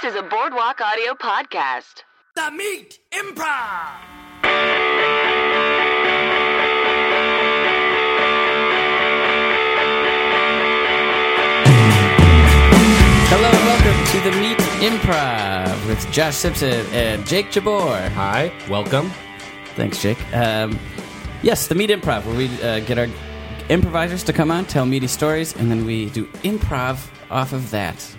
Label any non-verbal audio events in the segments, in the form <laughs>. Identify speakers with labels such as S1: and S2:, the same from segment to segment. S1: to the Boardwalk Audio Podcast.
S2: The Meat Improv.
S3: Hello and welcome to the Meat Improv with Josh Simpson and Jake Jabor.
S4: Hi, welcome.
S3: Thanks, Jake. Um, yes, the Meat Improv, where we uh, get our improvisers to come on, tell meaty stories, and then we do improv off of that.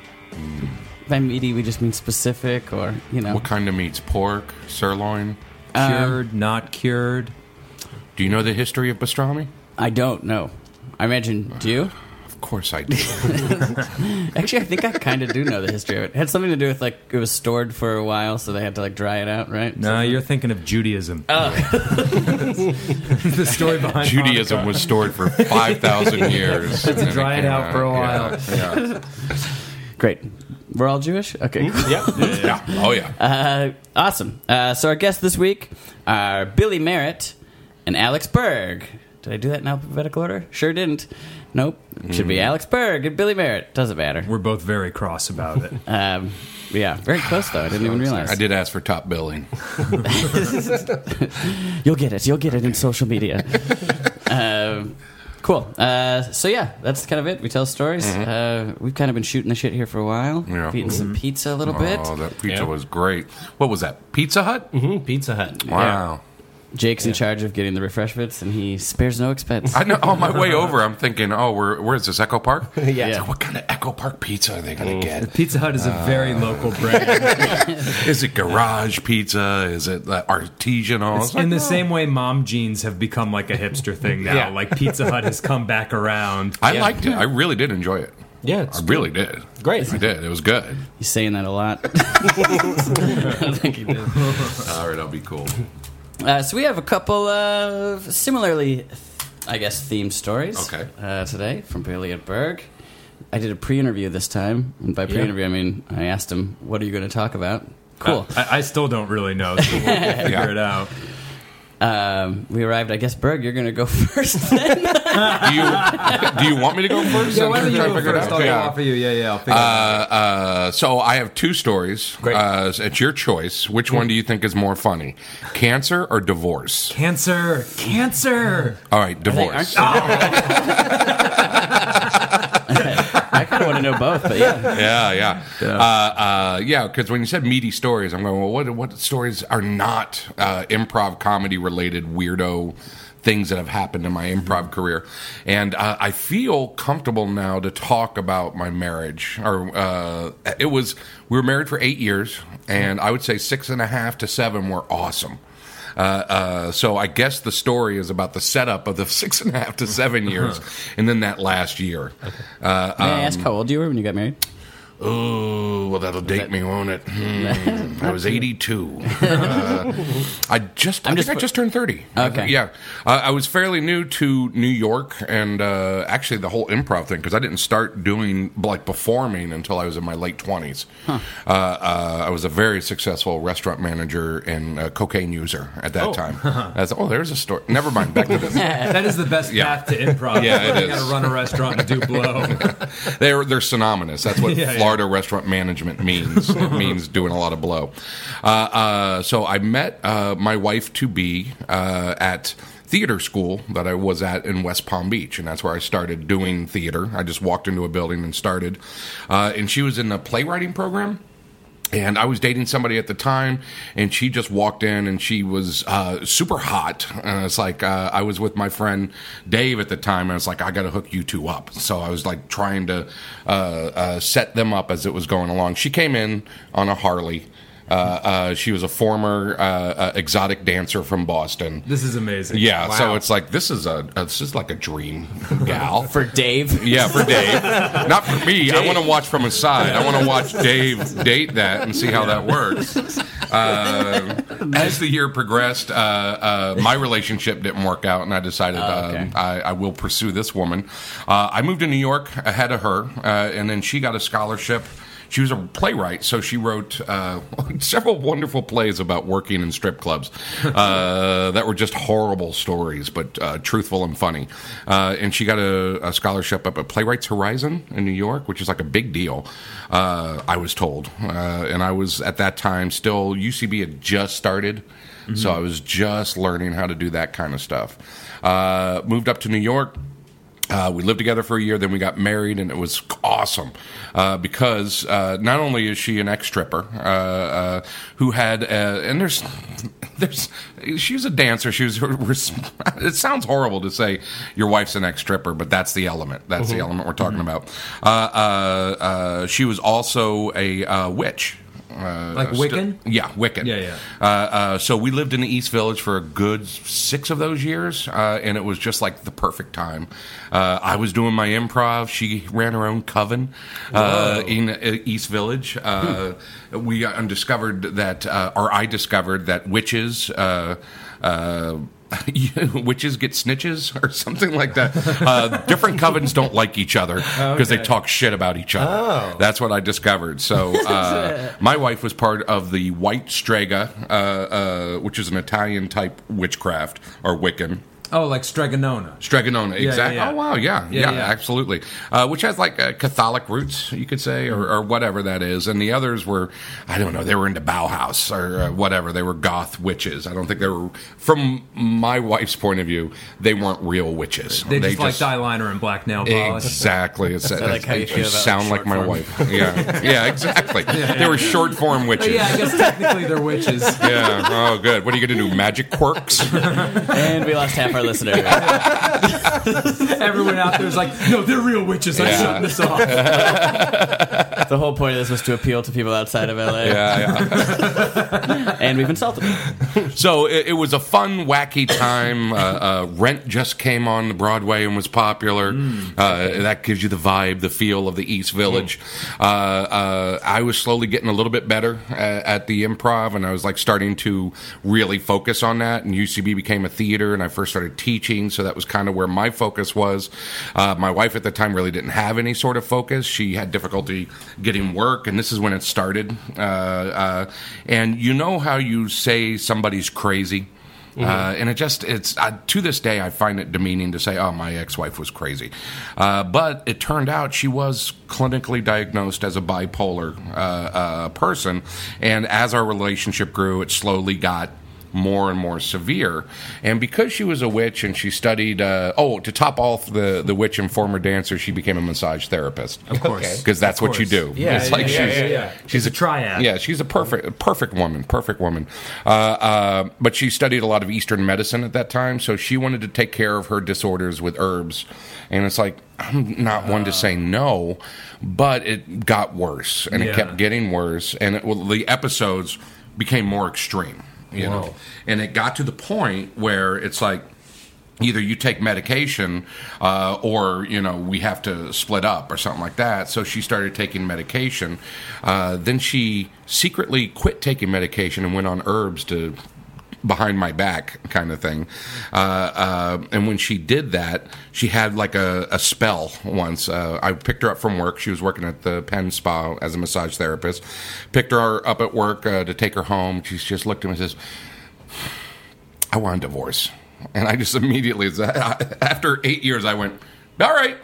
S3: By meaty, we just mean specific or, you know.
S5: What kind of meats? Pork, sirloin.
S4: Cured,
S5: Um,
S4: not cured.
S5: Do you know the history of pastrami?
S3: I don't know. I imagine, do you?
S5: Of course I do.
S3: Actually, I think I kind of do know the history of it. It had something to do with, like, it was stored for a while, so they had to, like, dry it out, right?
S4: No, you're thinking of Judaism. Oh. <laughs> the story behind
S5: <laughs> Judaism was stored for five <laughs> thousand years.
S4: Had to
S5: and
S4: dry it
S5: came
S4: out for a
S5: yeah, yeah.
S3: Great. We're all Jewish?
S4: Mm-hmm.
S3: Okay, cool.
S5: Yeah. Oh yeah.
S3: Uh, awesome. Uh, so our guests this week are Billy Merritt and Alex Berg. Did I do that in alphabetical order? Sure didn't. Nope. It should
S5: Mm-hmm.
S3: be Alex Berg and Billy Merritt. Doesn't matter.
S4: We're both very cross about it.
S5: Uh,
S3: Um, yeah, very close though. I didn't even realize.
S5: I did ask for top billing.
S3: You'll get it. You'll get it in social
S5: <laughs>
S3: media. um, cool. Uh, so yeah, that's kind of it. We tell stories. Uh, we've kind of been shooting the shit here for a while.
S5: Mm-hmm. Yeah.
S3: We've eaten some pizza a little bit.
S5: Oh, that pizza was great. What was that? Pizza Hut.
S6: Mm-hmm, Pizza Hut.
S5: Wow.
S3: Jake's in charge of getting the refreshments, and he spares no expense.
S5: I know. On my way over, I'm thinking, oh, we're, where's this Echo Park?
S6: <laughs> Yeah.
S5: <laughs>
S6: Mm-hmm.
S5: It's like, what kind of Echo Park pizza are they going to get?
S4: Pizza Hut is a very
S5: uh,
S4: local
S5: <laughs>
S4: brand.
S5: Is it garage pizza? Is it uh, artisanal? It's like, oh.
S4: In the same way mom jeans have become like a hipster thing now.
S6: Yeah.
S4: Like Pizza Hut has come back around.
S5: I
S6: Yeah.
S5: liked it. I really did enjoy it.
S6: Yeah, it's
S5: I really did.
S6: Great.
S5: I did. It was good.
S3: He's saying that a lot.
S5: All right, I'll be cool.
S3: Uh, so we have a couple of similarly, I guess, themed stories.
S5: Okay.
S3: Uh, today from Billy at Berg. I did a pre-interview this time, and by pre-interview I mean I asked him, "What are you going to talk about?" Cool.
S4: I, I still don't really know, so we'll
S5: <laughs>
S4: figure it out.
S3: Um, we arrived. I guess Berg, you're going to go <laughs> first. then.
S5: do you do you want me to go first? I'm trying to figure it out. Yeah.
S4: you. Yeah, yeah, I'll figure
S5: Uh, uh, so I have two stories.
S6: Great.
S5: Uh, it's your choice. Which one do you think is more funny, cancer or divorce?
S4: Cancer! Cancer!
S5: All right, divorce.
S3: I kind of want to know both, but yeah.
S5: <laughs> yeah, yeah, uh, uh, yeah. Because when you said meaty stories, I'm going. Well, what what stories are not uh, improv comedy related weirdo things that have happened in my improv career? And uh, I feel comfortable now to talk about my marriage. Or uh, it was we were married for eight years, and I would say six and a half to seven were awesome. Uh, uh, so I guess the story is about the setup of the <laughs> six and a half to seven years, and then that last year. Uh,
S3: May I ask how old you were when you got married?
S5: Oh, well, that'll date me,
S3: <laughs>
S5: won't it? Hmm. I was 82. Uh, I just, i think
S3: just-
S5: I just turned 30.
S3: Okay.
S5: Yeah. Uh, I was fairly new to New York and uh, actually the whole improv thing because I didn't start doing, like, performing until I was in my late 20s. Uh, uh, I was a very successful restaurant manager and uh, cocaine user at that time.
S3: <laughs>
S5: That's, oh, there's a story. Never mind. Back to this.
S4: That is the best
S5: Yeah.
S4: path to improv.
S5: Yeah, it
S4: you got
S5: is.
S4: to run a restaurant and do blow.
S5: <laughs> they're they're synonymous. That's
S4: <laughs>
S5: what
S4: Yeah, yeah.
S5: Florida restaurant management
S4: <laughs>
S5: means. it means doing a lot of blow. Uh, uh, so I met uh, my wife to be uh, at theater school that I was at in West Palm Beach, and that's where I started doing theater. I just walked into a building and started, uh, and she was in the playwriting program and I was dating somebody at the time, and she just walked in and she was uh, super hot. And it's like uh, I was with my friend Dave at the time, and I was like, I got to hook you two up. So I was like trying to uh, uh, set them up as it was going along. She came in on a Harley. Uh, uh, she was a former uh, uh, exotic dancer from Boston.
S4: This is amazing.
S5: Yeah, so
S4: Wow.
S5: it's like this is a this is like a dream
S4: <laughs>
S5: gal
S3: For Dave,
S5: yeah, for Dave. Not for me. I want to watch from his side. I want to watch Dave date that and see how that works. Uh, as the year progressed, uh, uh, my relationship didn't work out, and I decided
S3: okay.
S5: uh, I, I will pursue this woman. Uh, I moved to New York ahead of her, uh, and then she got a scholarship She was a playwright, so she wrote uh, <laughs> several wonderful plays about working in strip clubs uh, that were just horrible stories, but uh, truthful and funny. Uh, and she got a, a scholarship up at Playwrights Horizon in New York, which is like a big deal, uh, I was told. Uh, and I was at that time still, UCB had just started.
S6: Mm-hmm.
S5: So I was just learning how to do that kind of stuff. Uh, moved up to New York. Uh, we lived together for a year, then we got married, and it was awesome uh, because uh, not only is she an ex stripper uh, uh, who had, uh, and there's, there's, she was a dancer. She was. It sounds horrible to say your wife's an ex stripper, but that's the element. That's
S6: Mm-hmm.
S5: the element we're talking about. Uh, uh, uh, she was also a uh, witch. Uh,
S6: Like
S5: sti-
S6: Wiccan?
S5: yeah, Wiccan.
S4: Yeah, yeah.
S5: Uh, uh, so we lived in the East Village for a good six of those years, uh, and it was just like the perfect time. Uh, I was doing my improv. She ran her own coven uh, in uh, East Village. Uh, we uh, discovered that, uh, or I discovered that witches. Uh, uh, <laughs> witches get snitches or something like that. Uh, different covens don't like each other because they talk shit about each other. That's what I discovered. So uh, my wife was part of the White Strega, uh, uh, which is an Italian type witchcraft or Wiccan.
S6: Oh, like Stregonona.
S5: Stregonona,
S6: yeah,
S5: exactly.
S6: yeah.
S5: Oh wow, yeah, yeah,
S6: yeah.
S5: absolutely. Uh, which has like uh, Catholic roots, you could say,
S6: Mm-hmm.
S5: or, or whatever that is. And the others were, I don't know, they were into Bauhaus or uh, whatever. They were Goth witches. I don't think they were. From my wife's point of view, they weren't real witches.
S6: They, just, like eyeliner and black nail polish.
S5: Exactly.
S6: <laughs>
S5: It's, I
S7: like how you feel about
S5: sound like
S7: short
S5: my
S7: form.
S5: wife. Yeah, yeah,
S6: <laughs>
S5: exactly. They were short form
S6: But
S5: witches.
S6: yeah, I guess technically they're witches. <laughs>
S5: yeah. Oh, good. What are you going to do? Magic quirks?
S3: <laughs> and we lost half our listener.
S6: Everyone out there is like, no, they're real witches. I'm
S5: Yeah.
S6: shutting this
S5: <laughs>
S6: off.
S3: the whole point of this was to appeal to people outside of LA,
S5: yeah, yeah.
S3: <laughs> and we've insulted them.
S5: So it, it was a fun, wacky time. uh, uh, Rent just came on Broadway and was popular. Uh, that gives you the vibe, the feel of the East Village. Uh, uh, I was slowly getting a little bit better at, at the improv, and I was like starting to really focus on that. And UCB became a theater, and I first started teaching, so that was kind of where my focus was. Uh, my wife at the time really didn't have any sort of focus. She had difficulty getting work, and this is when it started. Uh, uh, and you know how you say somebody's crazy? Uh, and it just, it's, I, to this day, I find it demeaning to say, oh, my ex wife was crazy. Uh, but it turned out she was clinically diagnosed as a bipolar uh, uh, person. And as our relationship grew, it slowly got more and more severe. And because she was a witch and she studied, uh, oh, to top off the, the witch and former dancer, she became a massage therapist. Of
S6: course.
S5: Because that's what you do.
S6: Yeah,
S5: It's
S6: yeah,
S5: like
S6: yeah,
S5: she's,
S6: yeah, yeah.
S5: she's
S6: It's a triad.
S5: Yeah, she's a perfect, perfect woman, perfect woman. Uh, uh, but she studied a lot of Eastern medicine at that time, so she wanted to take care of her disorders with herbs. And it's like, I'm not one
S6: Uh.
S5: to say no, but it got worse and it
S6: Yeah.
S5: kept getting worse. And it, well, the episodes became more extreme, you know? And it got to the point where it's like, either you take medication uh, or you know we have to split up or something like that so she started taking medication uh, then she secretly quit taking medication and went on herbs to behind my back kind of thing uh, uh, and when she did that she had like a, a spell once uh, i picked her up from work she was working at the penn spa as a massage therapist picked her up at work uh, to take her home she just looked at me and says I want a divorce. And I just immediately, after eight years, I went, all right,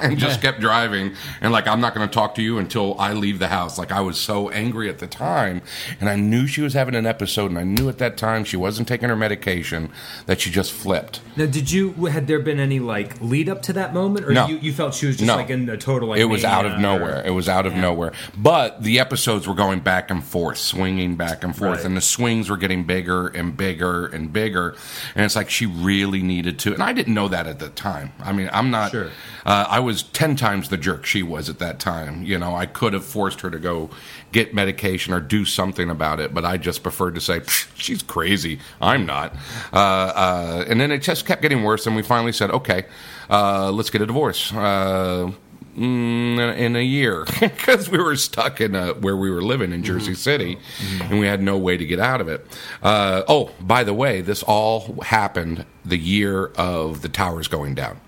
S5: and just kept driving. And like, I'm not going to talk to you until I leave the house. Like, I was so angry at the time. And I knew she was having an episode. And I knew at that time she wasn't taking her medication, that she just flipped.
S6: Now, did you had there been any like lead up to that moment, or
S5: No.
S6: you, you felt she was just
S5: No.
S6: like in a total? Like,
S5: it was out of
S6: mania, or-
S5: nowhere. It was out of nowhere. But the episodes were going back and forth, swinging back and forth,
S6: Right.
S5: and the swings were getting bigger and bigger and bigger. And it's like she really needed to. And I didn't know that at the time. I mean, I'm not.
S6: Sure.
S5: Uh, I was ten times the jerk she was at that time. You know, I could have forced her to go get medication or do something about it, but I just preferred to say "Psh, she's crazy. I'm not. Uh, uh, and then it just kept getting worse, and we finally said, okay, uh, let's get a divorce. Uh, mm, in a year <laughs> because we were stuck in uh where we were living in Jersey City, and we had no way to get out of it. Uh, oh, by the way, this all happened the year of the towers going down.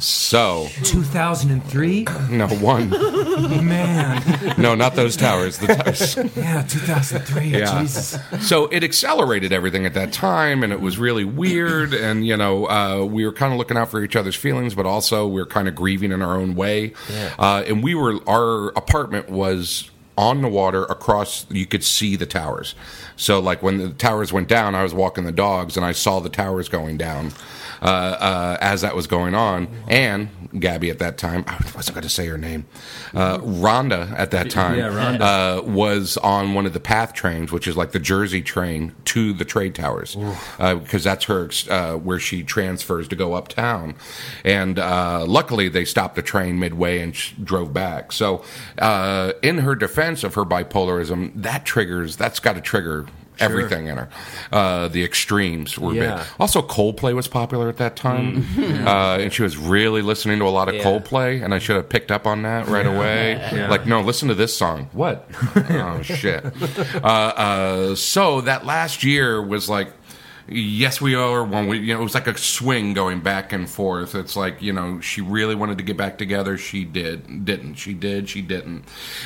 S5: So,
S6: 2003?
S5: no one,
S6: <laughs> Man.
S5: <laughs> no, not those towers. The <laughs> towers.
S6: Yeah, 2003.
S5: Yeah.
S6: Jesus.
S5: So it accelerated everything at that time, and it was really weird. And you know, uh, we were kind of looking out for each other's feelings, but also we were kind of grieving in our own way. Uh, and we were our apartment was on the water across you could see the towers so like when the towers went down i was walking the dogs and i saw the towers going down uh, uh, as that was going on and gabby at that time i wasn't going to say her name uh, rhonda at that time
S6: Yeah, Rhonda.
S5: uh, was on one of the path trains, which is like the Jersey train to the trade towers, uh, because that's her uh, where she transfers to go uptown. And uh, luckily, they stopped the train midway and sh- drove back. So, uh, in her defense of her bipolarism, that triggers that's got to trigger. Everything in her, uh, the extremes were
S6: Yeah.
S5: big. Also, Coldplay was popular at that time, uh, and she was really listening to a lot of
S6: Yeah.
S5: Coldplay. And I should have picked up on that right away. Like, no, listen to this song. What? oh shit. Uh, uh, so that last year was like. Yes, we are one. We, you know, it was like a swing going back and forth. It's like you know, she really wanted to get back together. She did, didn't. She did, she didn't.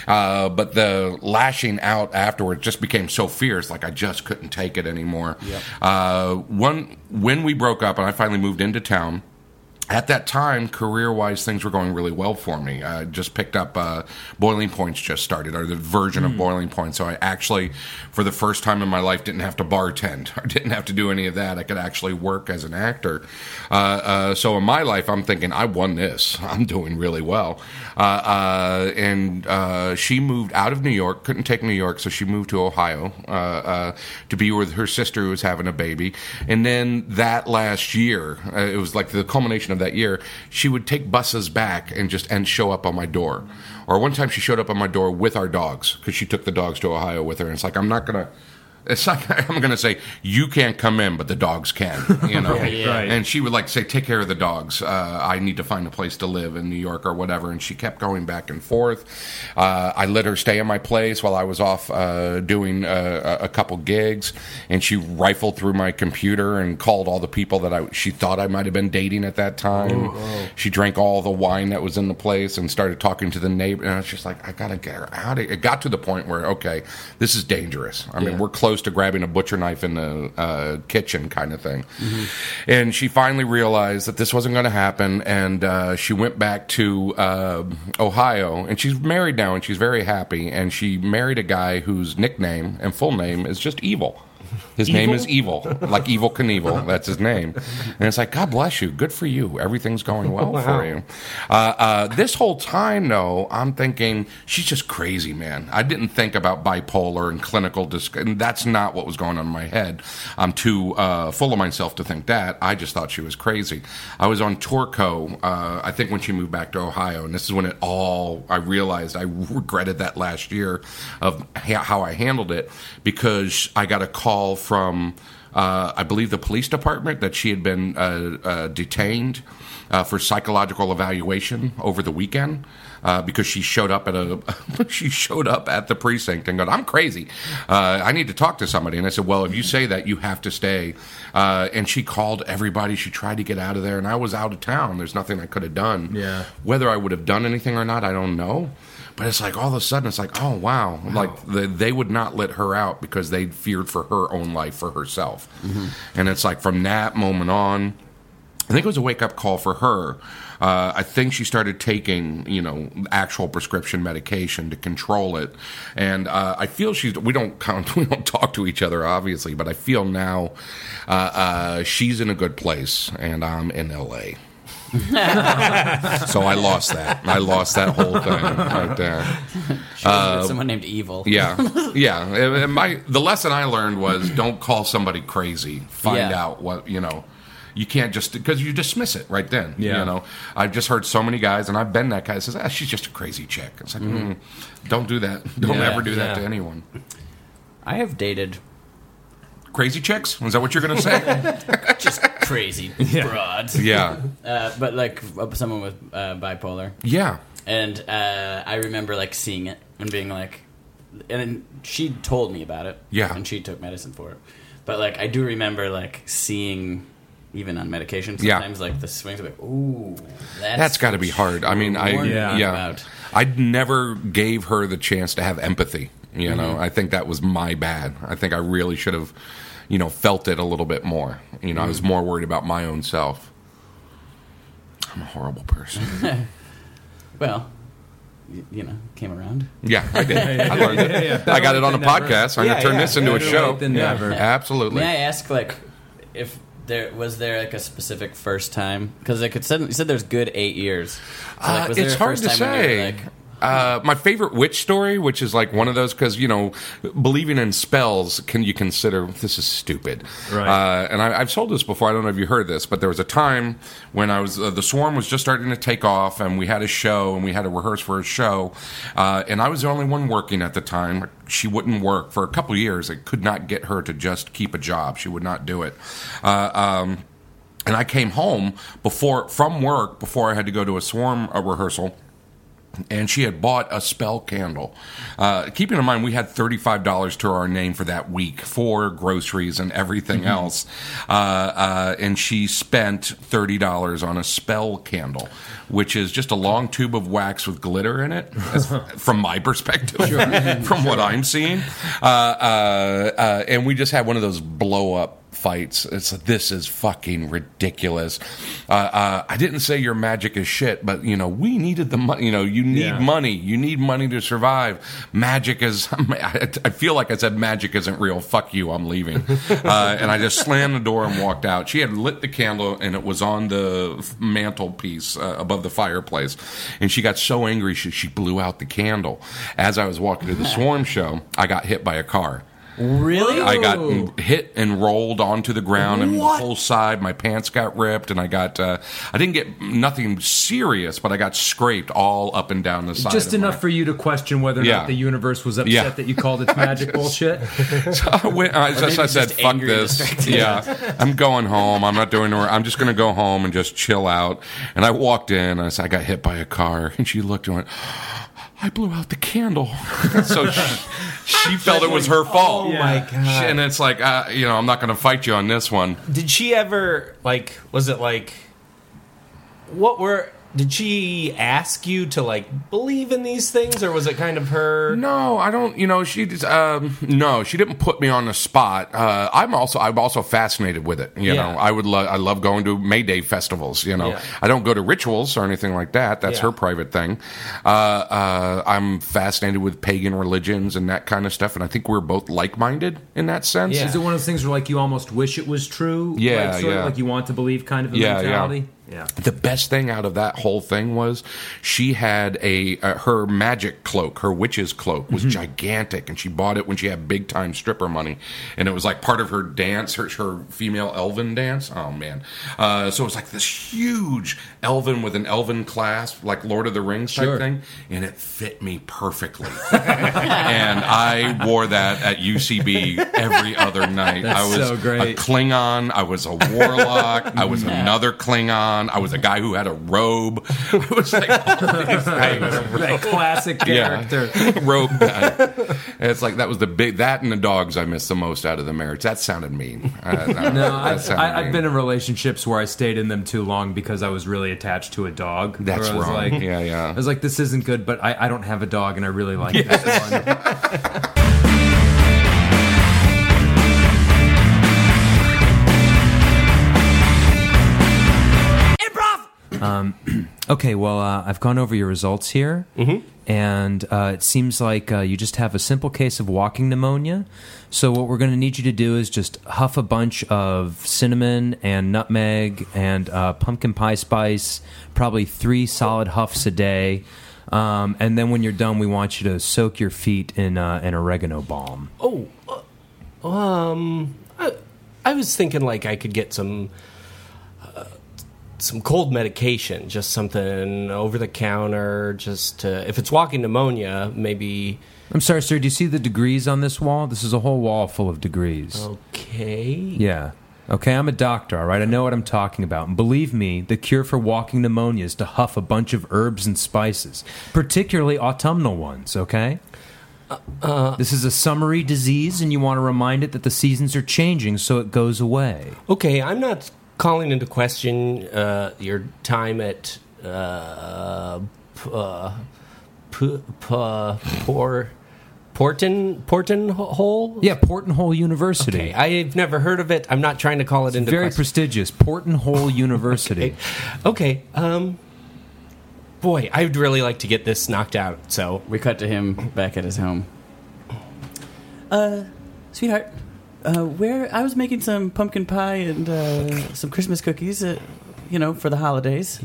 S5: Uh, but the lashing out afterwards just became so fierce. Like I just couldn't take it anymore. Uh, one when we broke up and I finally moved into town at that time, career wise, things were going really well for me. I just picked up uh, Boiling Points, just started, or the version of Boiling Points. So I actually, for the first time in my life, didn't have to bartend <laughs> or didn't have to do any of that. I could actually work as an actor. Uh, uh, so in my life, I'm thinking, I won this. <laughs> I'm doing really well. Uh, uh, and uh, she moved out of New York, couldn't take New York, so she moved to Ohio uh, uh, to be with her sister who was having a baby. And then that last year, uh, it was like the culmination of that year, she would take buses back and just and show up on my door. Or one time she showed up on my door with our dogs because she took the dogs to Ohio with her. And it's like I'm not gonna. It's not. <laughs> I'm gonna say you can't come in, but the dogs can.
S6: <laughs>
S5: You know,
S6: right.
S5: and she would like say, "Take care of the dogs. Uh, I need to find a place to live in New York or whatever." And she kept going back and forth. Uh, I let her stay in my place while I was off uh, doing uh, a a couple gigs, and she rifled through my computer and called all the people that I she thought I might have been dating at that time. she drank all the wine that was in the place and started talking to the neighbor. And I was just like, "I gotta get her out." of It got to the point where, okay, this is dangerous. I mean, we're close to grabbing a butcher knife in the uh, kitchen, kind of thing. Mm-hmm. And she finally realized that this wasn't going to happen, and uh, she went back to uh, Ohio. And she's married now, and she's very happy. And she married a guy whose nickname and full name is just Evil. His name is Evil, like Evil Knievel. That's his name. And it's like, God bless you. Good for you. Everything's going well for you. Uh, uh, this whole time, though, I'm thinking, she's just crazy, man. I didn't think about bipolar and clinical disc. And that's not what was going on in my head. I'm too uh, full of myself to think that. I just thought she was crazy. I was on Torco, uh, I think, when she moved back to Ohio. And this is when it all, I realized I <laughs> regretted that last year of ha- how I handled it because I got a call from, uh, I believe, the police department that she had been uh, uh, detained uh, for psychological evaluation over the weekend. Uh, because she showed up at a <laughs> she showed up at the precinct and going, I'm crazy. Uh, I need to talk to somebody. And I said, Well, if you say that, you have to stay. Uh, and she called everybody. She tried to get out of there, and I was out of town. There's nothing I could have done.
S6: Yeah.
S5: Whether I would have done anything or not, I don't know. But it's like all of a sudden, it's like, oh wow, like the, they would not let her out because they feared for her own life for herself. And it's like from that moment on, I think it was a wake up call for her. Uh, I think she started taking, you know, actual prescription medication to control it, and uh, I feel she's. We don't count, <laughs> we don't talk to each other, obviously, but I feel now uh, uh, she's in a good place, and I'm in L.A. so I lost that. I lost that whole thing right there.
S3: someone named Evil.
S5: Yeah, yeah. And- and my the lesson I learned was don't call somebody crazy. Find
S3: Yeah.
S5: out what you know. You can't just because you dismiss it right then.
S6: Yeah.
S5: You know, I've just heard so many guys, and I've been that guy that says, "Ah, she's just a crazy chick." It's like, mm, don't do that. Don't
S3: Yeah,
S5: ever do that
S6: yeah.
S5: to anyone.
S3: I have dated
S5: Crazy chicks? Is that what you're gonna say?
S3: just crazy broads,
S5: <laughs> yeah,
S3: uh, but like someone with uh, bipolar.
S5: yeah.
S3: and uh, I remember like seeing it and being like, and then she told me about it.
S5: Yeah.
S3: and she took medicine for it. But like, I do remember like seeing even on medication.
S5: Yeah.
S3: Sometimes like the swings, like ooh, that's,
S5: That's got to be hard. I mean, I
S3: Warning
S5: yeah,
S3: about.
S5: I never gave her the chance to have empathy. You know,
S3: Mm-hmm.
S5: I think that was my bad. I think I really should have, you know, felt it a little bit more. You know, I was
S3: Mm-hmm.
S5: more worried about my own self. I'm a horrible
S3: <laughs>
S5: person.
S3: Well, y- you know, came around.
S5: Yeah, I did. I learned it. I got it on a podcast. I'm
S6: Yeah,
S5: gonna turn
S6: yeah.
S5: this into a
S6: Better
S5: show.
S6: late than
S5: Yeah,
S6: never.
S5: Absolutely.
S3: May I ask, like, if there was there like a specific first time? Because like it said, you said there's good eight years. So, like,
S5: Uh,
S3: was there
S5: it's
S3: a
S5: hard
S3: first
S5: to
S3: time when you were,
S5: say.
S3: like,
S5: uh, my favorite witch story, which is like one of those, because you know, believing in spells, can you consider this is stupid?
S6: Right.
S5: Uh, and I, I've sold this before. I don't know if you heard this, but there was a time when I was uh, the swarm was just starting to take off, and we had a show, and we had to rehearse for a show, uh, and I was the only one working at the time. She wouldn't work for a couple years. I could not get her to just keep a job. She would not do it. Uh, um, and I came home before from work before I had to go to a swarm uh, rehearsal and she had bought a spell candle. Uh, keeping in mind, we had thirty-five dollars to our name for that week for groceries and everything else, uh, uh, and she spent thirty dollars on a spell candle, which is just a long tube of wax with glitter in it. as- from my perspective, <laughs> from what I'm seeing, uh, uh, uh, and we just had one of those blow-up fights. It's this is fucking ridiculous. Uh, uh, I didn't say your magic is shit, but you know we needed the money. You know you need
S6: Yeah.
S5: money. You need money to survive. Magic is. <laughs> I, I feel like I said magic isn't real. Fuck you. I'm leaving. uh, and I just slammed the door and walked out. She had lit the candle and it was on the f- mantelpiece uh, above the fireplace, and she got so angry she, she blew out the candle. As I was walking to the swarm show, I got hit by a car.
S3: really?
S5: I got m- hit and rolled onto the ground, and the whole side, my pants got ripped, and I got, uh, I didn't get nothing serious, but I got scraped all up and down the side.
S6: Just
S5: of my-
S6: enough for you to question whether or
S5: Yeah.
S6: not the universe was upset
S5: Yeah.
S6: that you called
S5: <laughs>
S6: its magic bullshit.
S5: So <laughs> I, went, I, just, I
S3: maybe
S5: said,
S3: just
S5: fuck
S3: angry and
S5: this.
S3: distracted.
S5: Yeah. I'm going home. I'm not doing the work. I'm just going to go home and just chill out. And I walked in, and I said, I got hit by a car. And she looked and went, I blew out the candle. <laughs> so she, she felt it was her fault.
S7: Oh my God.
S5: And it's like, uh, you know, I'm not going to fight you on this one.
S7: Did she ever like? Was it like? What were? Did she ask you to like believe in these things, or was it kind of her?
S5: No, I don't. You know, she just, um, no, she didn't put me on the spot. Uh, I'm also I'm also fascinated with it. You
S7: Yeah.
S5: know, I would love I love going to May Day festivals. You know,
S7: Yeah.
S5: I don't go to rituals or anything like that. That's
S7: Yeah.
S5: her private thing. Uh, uh, I'm fascinated with pagan religions and that kind of stuff, and I think we're both like minded in that sense.
S7: Yeah.
S6: Is it one of those things where like you almost wish it was true?
S5: Yeah,
S6: like, sort
S5: yeah.
S6: Of, like you want to believe, kind of a
S5: Yeah, yeah.
S6: mentality. Yeah.
S5: the best thing out of that whole thing was she had a uh, her magic cloak her witch's cloak
S6: Mm-hmm.
S5: was gigantic and she bought it when she had big time stripper money and it was like part of her dance her, her female elven dance oh man uh, so it was like this huge elven with an elven clasp like lord of the rings type
S6: Sure.
S5: thing and it fit me perfectly <laughs> and i wore that at ucb every other night i was
S6: so great.
S5: a Klingon. I was a warlock. I was another Klingon. I was a guy who had a robe. <laughs> I was like all these things.
S6: That
S5: <laughs>
S6: classic character.
S5: robe guy. And it's like that was the big that and the dogs I missed the most out of the marriage. That sounded mean.
S6: <laughs>
S5: Uh,
S6: No, I've, I, I've been in relationships where I stayed in them too long because I was really attached to a dog. where
S5: That's
S6: I was
S5: wrong.
S6: Like,
S5: Yeah, yeah.
S6: I was like, this isn't good, but I, I don't have a dog, and I really
S5: <laughs>
S6: like this one.
S2: Improv!
S6: Okay, well, uh, I've gone over your results here, and uh, it seems like uh, you just have a simple case of walking pneumonia. So, what we're going to need you to do is just huff a bunch of cinnamon and nutmeg and uh, pumpkin pie spice, probably three solid huffs a day. Um, and then when you're done, we want you to soak your feet in uh, an oregano balm.
S7: Oh, uh, um, I, I was thinking like I could get some uh, some cold medication, just something over the counter, just to, if it's walking pneumonia, maybe.
S6: I'm sorry, sir. Do you see the degrees on this wall? This is a whole wall full of degrees.
S7: Okay.
S6: Yeah. Okay, I'm a doctor, all right? I know what I'm talking about. And believe me, the cure for walking pneumonia is to huff a bunch of herbs and spices, particularly autumnal ones, okay?
S7: Uh,
S6: this is a summery disease, and you want to remind it that the seasons are changing so it goes away.
S7: Okay, I'm not calling into question uh, your time at uh, p- uh, p- p- Por Porton Porton Hole.
S6: Yeah, Portonhole University.
S7: Okay, I've never heard of it. I'm not trying to call it into
S6: Very
S7: question.
S6: prestigious.
S7: <laughs>
S6: Portonhole University.
S7: okay. Um, boy, I'd really like to get this knocked out. So
S3: We cut to him back at his home. Uh, sweetheart, uh, where I was making some pumpkin pie and uh, some Christmas cookies, uh, you know, for the holidays,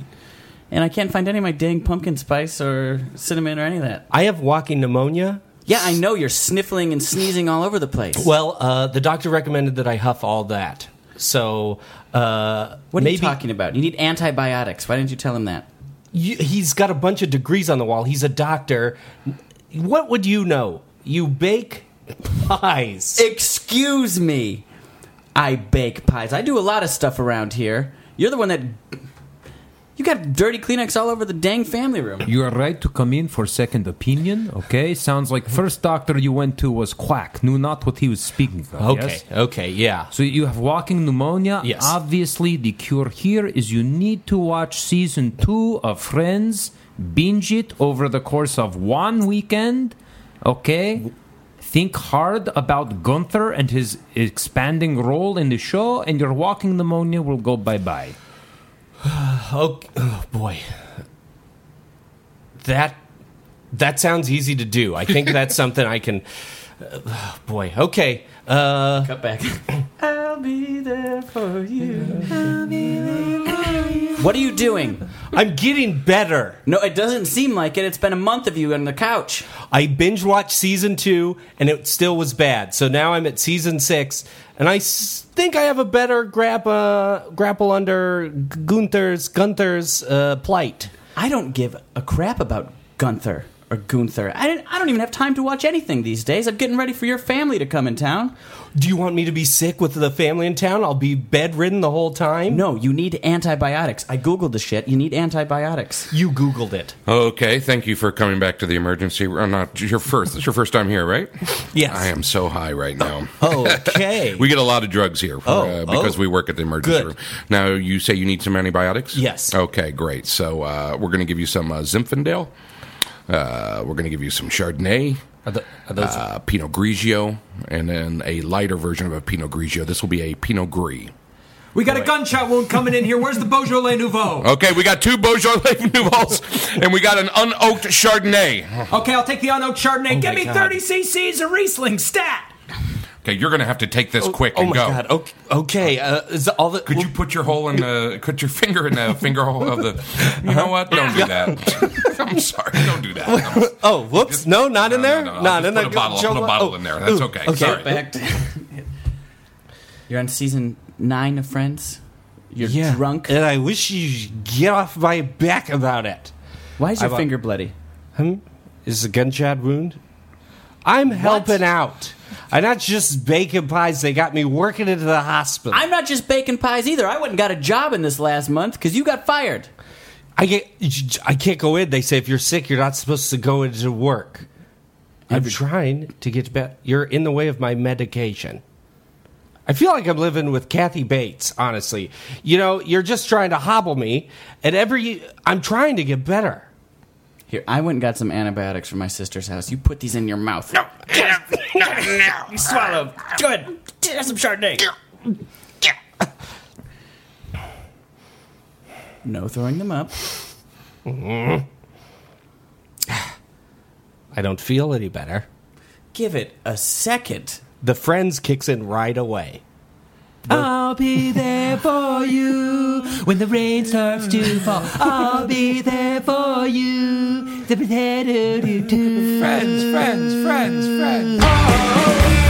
S3: and I can't find any of my dang pumpkin spice or cinnamon or any of that.
S7: I have walking pneumonia.
S3: Yeah, I know you're sniffling and sneezing all over the place.
S7: Well, uh, the doctor recommended that I huff all that. So uh,
S3: what are
S7: maybe
S3: you talking about? You need antibiotics. Why didn't you tell him that?
S7: you, he's got a bunch of degrees on the wall. He's a doctor. What would you know? You bake pies.
S3: Excuse me. I bake pies. I do a lot of stuff around here. You're the one that. You got dirty Kleenex all over the dang family room.
S6: You are right to come in for second opinion. Okay, sounds like
S7: Mm-hmm.
S6: first doctor you went to was quack, knew not what he was speaking of.
S7: okay,
S6: yes?
S7: okay, yeah.
S6: So you have walking pneumonia.
S7: Yes.
S6: Obviously, the cure here is you need to watch season two of Friends, binge it over the course of one weekend. Okay. Think hard about Gunther and his expanding role in the show, and your walking pneumonia will go bye bye.
S7: Okay, oh boy, that that sounds easy to do. I think that's something I can. oh, boy, okay. Uh,
S8: <laughs>
S3: Cut back. I'll be there for you. What are you doing?
S7: I'm getting better.
S3: No, it doesn't seem like it. It's been a month of you on the couch.
S7: I binge watched season two, and it still was bad. So now I'm at season six, and I s- think I have a better grab, uh, grapple under G- Gunther's Gunther's uh, plight.
S3: I don't give a crap about Gunther or Gunther. I, didn't, I don't even have time to watch anything these days. I'm getting ready for your family to come in town.
S7: Do you want me to be sick with the family in town? I'll be bedridden the whole time.
S3: No, you need antibiotics. I googled the shit. You need antibiotics.
S7: you Googled it.
S5: Okay, thank you for coming back to the emergency. room. Uh, not your first. It's your first time here, right?
S7: Yes.
S5: I am <laughs> so high right now.
S7: Oh, Okay.
S5: We get a lot of drugs here for,
S7: Oh,
S5: uh, because
S7: oh.
S5: we work at the emergency
S7: Good.
S5: room. Now, you say you need some antibiotics?
S7: Yes.
S5: Okay, great. So, uh, we're going to give you some uh, Zinfandel. Uh, we're going to give you some Chardonnay,
S7: are, the, are those
S5: uh, Pinot Grigio, and then a lighter version of a Pinot Grigio. This will be a Pinot Gris.
S8: We got a gunshot wound coming in here. Where's the Beaujolais Nouveau?
S7: Oh.
S5: Okay, we got two Beaujolais Nouveaux, and we got an unoaked Chardonnay.
S8: Okay, I'll take the unoaked Chardonnay. Give
S7: my
S8: me
S7: God.
S8: 30 cc's of Riesling stat.
S5: Okay, you're going to have to take this quick
S7: oh
S5: and
S7: my
S5: go.
S7: god. Okay. okay. Uh, is all the
S5: Could you put your hole in the? Could your finger
S4: <laughs>
S5: in the finger hole of the? You know what? Don't do
S4: Uh-huh.
S5: that. <laughs> I'm sorry. Don't do that. I'm-
S7: Oh, whoops.
S5: Just-
S7: no, not in
S5: no,
S7: there.
S5: no, no,
S7: Not
S5: I'll
S7: in
S5: just
S7: there. Oh,
S5: put a bottle- I'll put a bottle in there. That's
S7: ooh,
S5: okay.
S8: <laughs>
S5: Sorry.
S3: Back to- You're on season nine of Friends. You're
S7: Yeah.
S3: drunk.
S7: And I wish you get off my back about it.
S3: Why is your
S7: I'm-
S3: finger bloody?
S7: Hmm? Is a gunshot wound? I'm helping out. I'm not just baking pies. They got me working into the hospital.
S3: I'm not just baking pies either. I went and got a job in this last month because you got fired.
S7: I get. I can't go in. They say if you're sick, you're not supposed to go into work. I'm trying to get better. You're in the way of my medication. I feel like I'm living with Kathy Bates. Honestly, you know, you're just trying to hobble me, and every I'm trying to get better.
S3: Here, I went and got some antibiotics from my sister's house. You put these in your mouth. No, <laughs> you swallow. Good. Have some Chardonnay. No throwing them up.
S7: I don't feel any better.
S3: Give it a second.
S7: The friends kicks in right away.
S6: I'll be there for you when the rain starts to fall. I'll be there for you.
S4: <laughs> Friends, friends, friends, friends.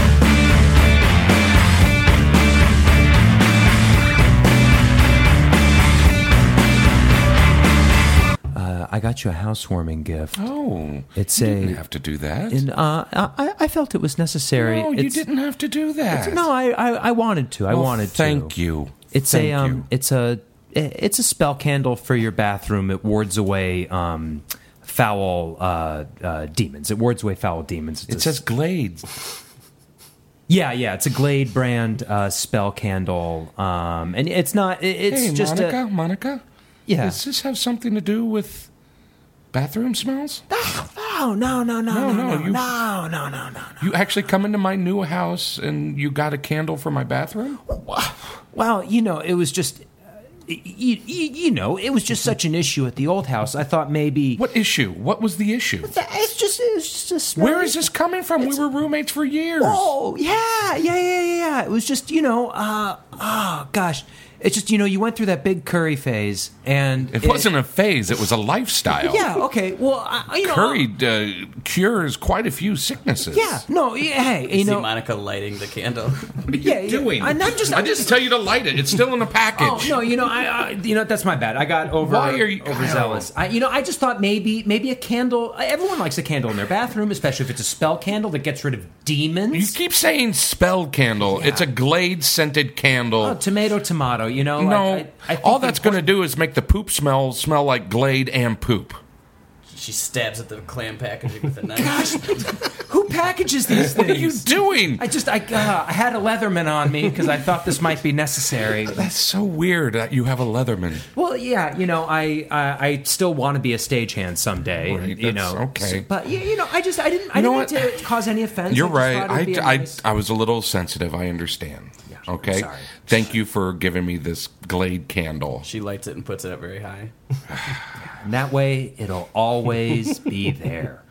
S6: Uh, I got you a housewarming gift.
S5: Oh,
S6: It's
S5: you
S6: a-
S5: didn't have to do that.
S6: And uh, I, I felt it was necessary.
S5: no, you
S6: It's-
S5: didn't have to do that.
S6: No, I, I, I wanted to. I
S5: Well,
S6: wanted to.
S5: Thank you.
S6: It's
S5: Thank
S6: a um,
S5: you.
S6: it's a it's a spell candle for your bathroom. It wards away um, foul uh, uh, demons. It wards away foul demons. It's
S5: It
S6: a
S5: says Glades.
S6: Yeah, yeah, it's a Glade brand uh, spell candle, um, and it's not. It, it's
S5: hey,
S6: just
S5: Monica,
S6: a
S5: Monica.
S6: yeah.
S5: Does this have something to do with bathroom smells?
S6: no, no,
S5: No,
S6: no,
S5: no, you-
S6: no, no, no, no.
S5: You actually come into my new house and you got a candle for my bathroom?
S6: Well, you know, it was just. You, you, you know, it was just such an issue at the old house. I thought maybe
S5: What issue? What was the issue?
S6: it's just it's just a smell.
S5: Where is this coming from? We were roommates for years.
S6: Oh yeah, yeah, yeah, yeah, yeah. It was just you know, uh, oh gosh, it's just you know, you went through that big curry phase, and
S5: It wasn't a phase, it was a lifestyle.
S6: Yeah. Okay. Well, I, you know,
S5: Curry uh, cures quite a few sicknesses.
S6: Yeah. No. yeah, Hey. You
S3: See
S6: know.
S3: Monica lighting the candle. <laughs>
S6: Yeah. yeah,
S5: Doing.
S6: I'm not just.
S5: I
S6: I'm
S5: didn't
S6: just-
S5: tell you to light it. It's still in a package.
S6: Oh no! You know, I, I you know that's my bad. I got over
S5: Why are you-
S6: overzealous. I, you know, I just thought maybe maybe a candle. uh, Everyone likes a candle in their bathroom, especially if it's a spell candle that gets rid of
S5: You
S6: demons.
S5: keep saying spell candle. It's a glade scented candle.
S6: Oh, tomato, tomato. You know,
S5: no,
S6: I, I, I think
S5: all
S6: the
S5: that's going to
S6: important-
S5: do is make the poop smell smell like glade and poop.
S3: She stabs at the clam packaging with a knife.
S6: Who packages these
S5: <laughs>
S6: things?
S5: What are you doing?
S6: I just I uh, I had a Leatherman on me because I thought this might be necessary.
S5: That's so weird that you have a Leatherman.
S6: Well, yeah, you know, I I, I still want to be a stagehand someday.
S5: Right,
S6: and, you
S5: that's
S6: know,
S5: okay.
S6: s- But you, you know, I just I didn't I
S5: You know
S6: didn't
S5: what?
S6: want to cause any offense.
S5: You're
S6: I
S5: right. I,
S6: just thought it'd be a
S5: I,
S6: nice-
S5: I was a little sensitive. I understand. okay.
S6: sorry.
S5: Thank you for giving me this Glade candle.
S3: she lights it and puts it up very high.
S6: and that way it'll always <laughs> be there.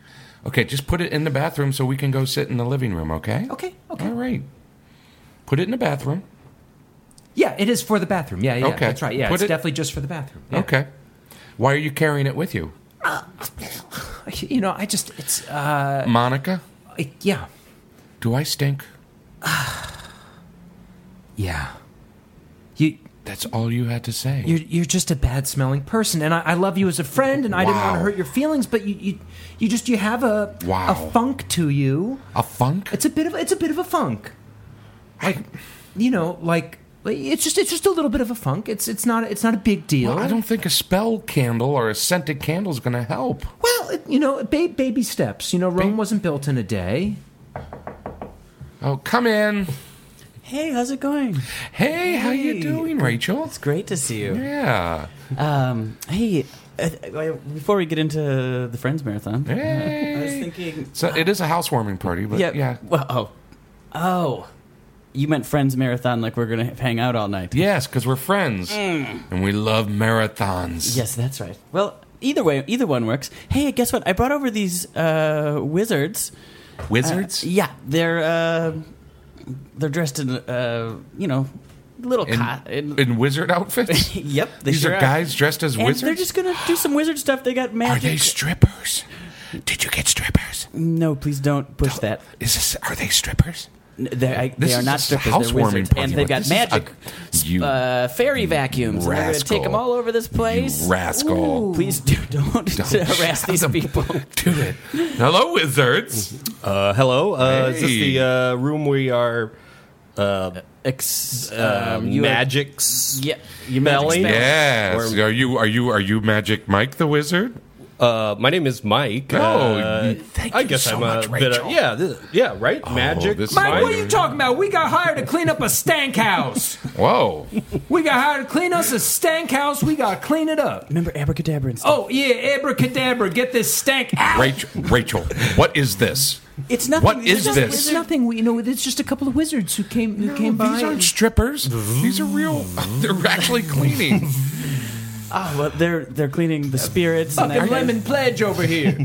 S5: Okay, just put it in the bathroom so we can go sit in the living room. Okay.
S6: Okay, okay.
S5: All right. Put it in the bathroom.
S6: Yeah, it is for the bathroom. Yeah, yeah,
S5: Okay.
S6: that's right. Yeah,
S5: Put
S6: it's
S5: it-
S6: definitely just for the bathroom. Yeah.
S5: Okay. Why are you carrying it with you,
S6: <laughs> You know, I just it's uh
S5: Monica?
S6: it, yeah.
S5: Do I stink?
S6: Yeah. You
S5: That's all you had to say.
S6: You're, you're just a bad smelling person, and I, I love you as a friend, and I didn't want to
S5: Wow.
S6: hurt your feelings, but you, you, you just you have a
S5: Wow.
S6: a funk to you.
S5: a funk?
S6: It's a bit of it's a bit of a funk,
S5: I,
S6: you know, like like, it's just it's just a little bit of a funk. It's it's not it's not a big deal.
S5: I don't think a spell candle or a scented candle is going to help.
S6: Well, it, you know, ba- baby steps. You know, Rome wasn't built in a day.
S5: Oh, come in.
S3: Hey, how's it going?
S5: Hey, how you doing, Rachel?
S3: Great to see you.
S6: <laughs>
S5: Yeah.
S3: Um, hey, uh, uh, before we get into the Friends Marathon,
S5: Hey.
S3: I was thinking.
S5: So it is a housewarming party, but
S3: Yeah,
S5: yeah.
S3: Well, oh, oh, you meant Friends Marathon, like we're gonna hang out all night.
S5: Yes, because we're friends and we love marathons.
S3: Yes, that's right. Well, either way, either one works. Hey, guess what? I brought over these uh, wizards.
S5: Wizards?
S3: Yeah, they're uh, they're dressed in uh, you know little
S5: in,
S3: co- in-
S5: in wizard
S3: <laughs>
S5: outfits?
S3: Yep, <laughs> they
S5: These
S3: sure
S5: are guys dressed as
S3: And they're
S5: wizards?
S3: just gonna do some wizard stuff. They got
S5: Are
S3: magic.
S5: they strippers? Did you get strippers?
S3: no, please don't push that.
S5: Is this are they strippers?
S3: N- They, I,
S5: This
S3: they are
S5: is
S3: not
S5: just a
S3: strippers. They're
S5: housewarming
S3: wizards,
S5: party,
S3: and they've got
S5: but this is a-
S3: magic.
S5: you
S3: uh, fairy vacuums. and they're gonna take
S5: rascal.
S3: them all over this place.
S5: rascal.
S3: Please do, <laughs> don't, harass these <laughs> people.
S5: Do it. Hello, wizards.
S3: Mm-hmm.
S9: Uh, hello. Uh, Is this
S5: Hey.
S9: the uh, room we are
S3: Ex,
S9: uh,
S3: um, you are-
S9: magics?
S3: Yeah,
S9: you smelling?
S3: magic
S5: Yes.
S9: Or-
S5: Are you are you are you Magic Mike the Wizard?
S9: Uh, my name is Mike.
S5: Oh,
S9: uh,
S5: thank
S9: I
S5: you
S9: guess
S5: so
S9: I'm
S5: much,
S9: a bit.
S5: Rachel. Oh,
S9: Of, yeah, this, yeah, right. Magic.
S5: this is
S8: Mike, what are
S5: Fine.
S8: you talking about? We got hired to clean up a stank house.
S5: Whoa.
S8: we got hired to clean us a stank house. We got to clean it up.
S3: Remember abracadabra and stuff.
S8: Oh, yeah, abracadabra, get this stank out.
S5: Rachel, Rachel, what is this?
S3: It's nothing.
S5: What
S3: It's
S5: is
S3: just-
S5: this?
S6: It's nothing. You know, it's just a couple of wizards who came who came by.
S5: These aren't
S3: <laughs>
S5: strippers. These are real. <laughs> They're actually cleaning.
S3: Oh, well, they're they're cleaning the spirits and
S8: Fucking
S3: everything.
S8: lemon pledge over
S6: <laughs>
S8: here.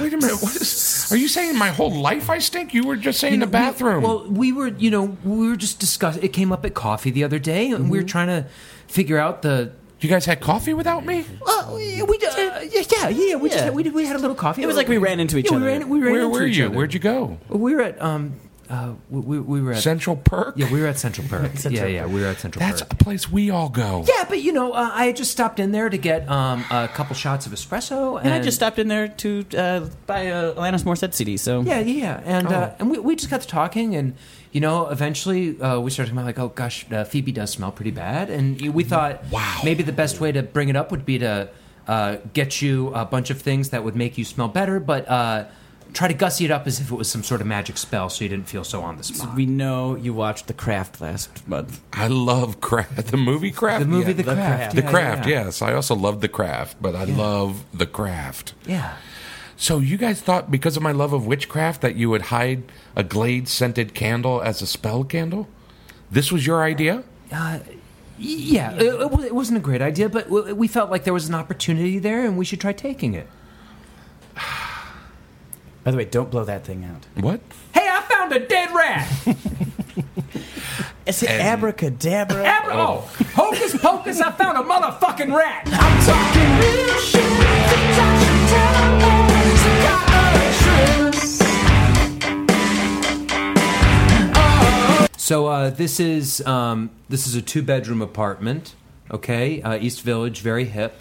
S5: Wait a minute. What is, are you saying my whole life I stink? You were just saying the bathroom.
S6: Well, we were, you know, we were just discussing. It came up at coffee the other day, and we were trying to figure out the.
S5: you guys had coffee without me?
S6: Uh, we uh, yeah yeah yeah we just
S3: Yeah.
S6: had, we, did- we had a little coffee.
S3: It was like we ran into each
S6: Yeah,
S3: other.
S6: We ran, we ran
S5: Where
S6: into
S5: were
S6: each
S5: you?
S6: other.
S5: Where'd you go?
S6: We were at um uh we, we, we were at
S5: Central Perk.
S6: yeah we were at Central Park. yeah yeah we were at Central
S5: That's a
S6: Park.
S5: place we all go.
S6: Yeah, but you know uh, I just stopped in there to get um a couple shots of espresso and,
S3: And I just stopped in there to uh, buy a Alanis Morissette CD. So
S6: Yeah, yeah, yeah. And uh, and we, we just got to talking, and you know, eventually uh, we started talking about like, oh gosh, uh, Phoebe does smell pretty bad, and we thought,
S5: Wow.
S6: maybe the best way to bring it up would be to uh, get you a bunch of things that would make you smell better, but. Uh, try to gussy it up as if it was some sort of magic spell, so you didn't feel so on the spot.
S3: We know you watched The Craft last month.
S5: I love craft. The movie craft.
S6: The movie, The,
S3: The
S6: Craft.
S3: Craft.
S5: The
S6: yeah,
S5: craft.
S6: yeah.
S5: Yes, I also love the craft, but I love the craft.
S6: Yeah.
S5: So you guys thought because of my love of witchcraft that you would hide a glade scented candle as a spell candle? This was your idea?
S6: Yeah, it, it wa- it wasn't a great idea, but w- we felt like there was an opportunity there, and we should try taking it.
S3: By the way, don't blow that thing out.
S5: What?
S6: Hey, I found a dead rat.
S3: It's <laughs> abracadabra.
S6: Ab- oh. hocus pocus! I found a motherfucking rat. I'm talking. So uh, this is um, this is a two bedroom apartment. Okay, uh, East Village, very hip.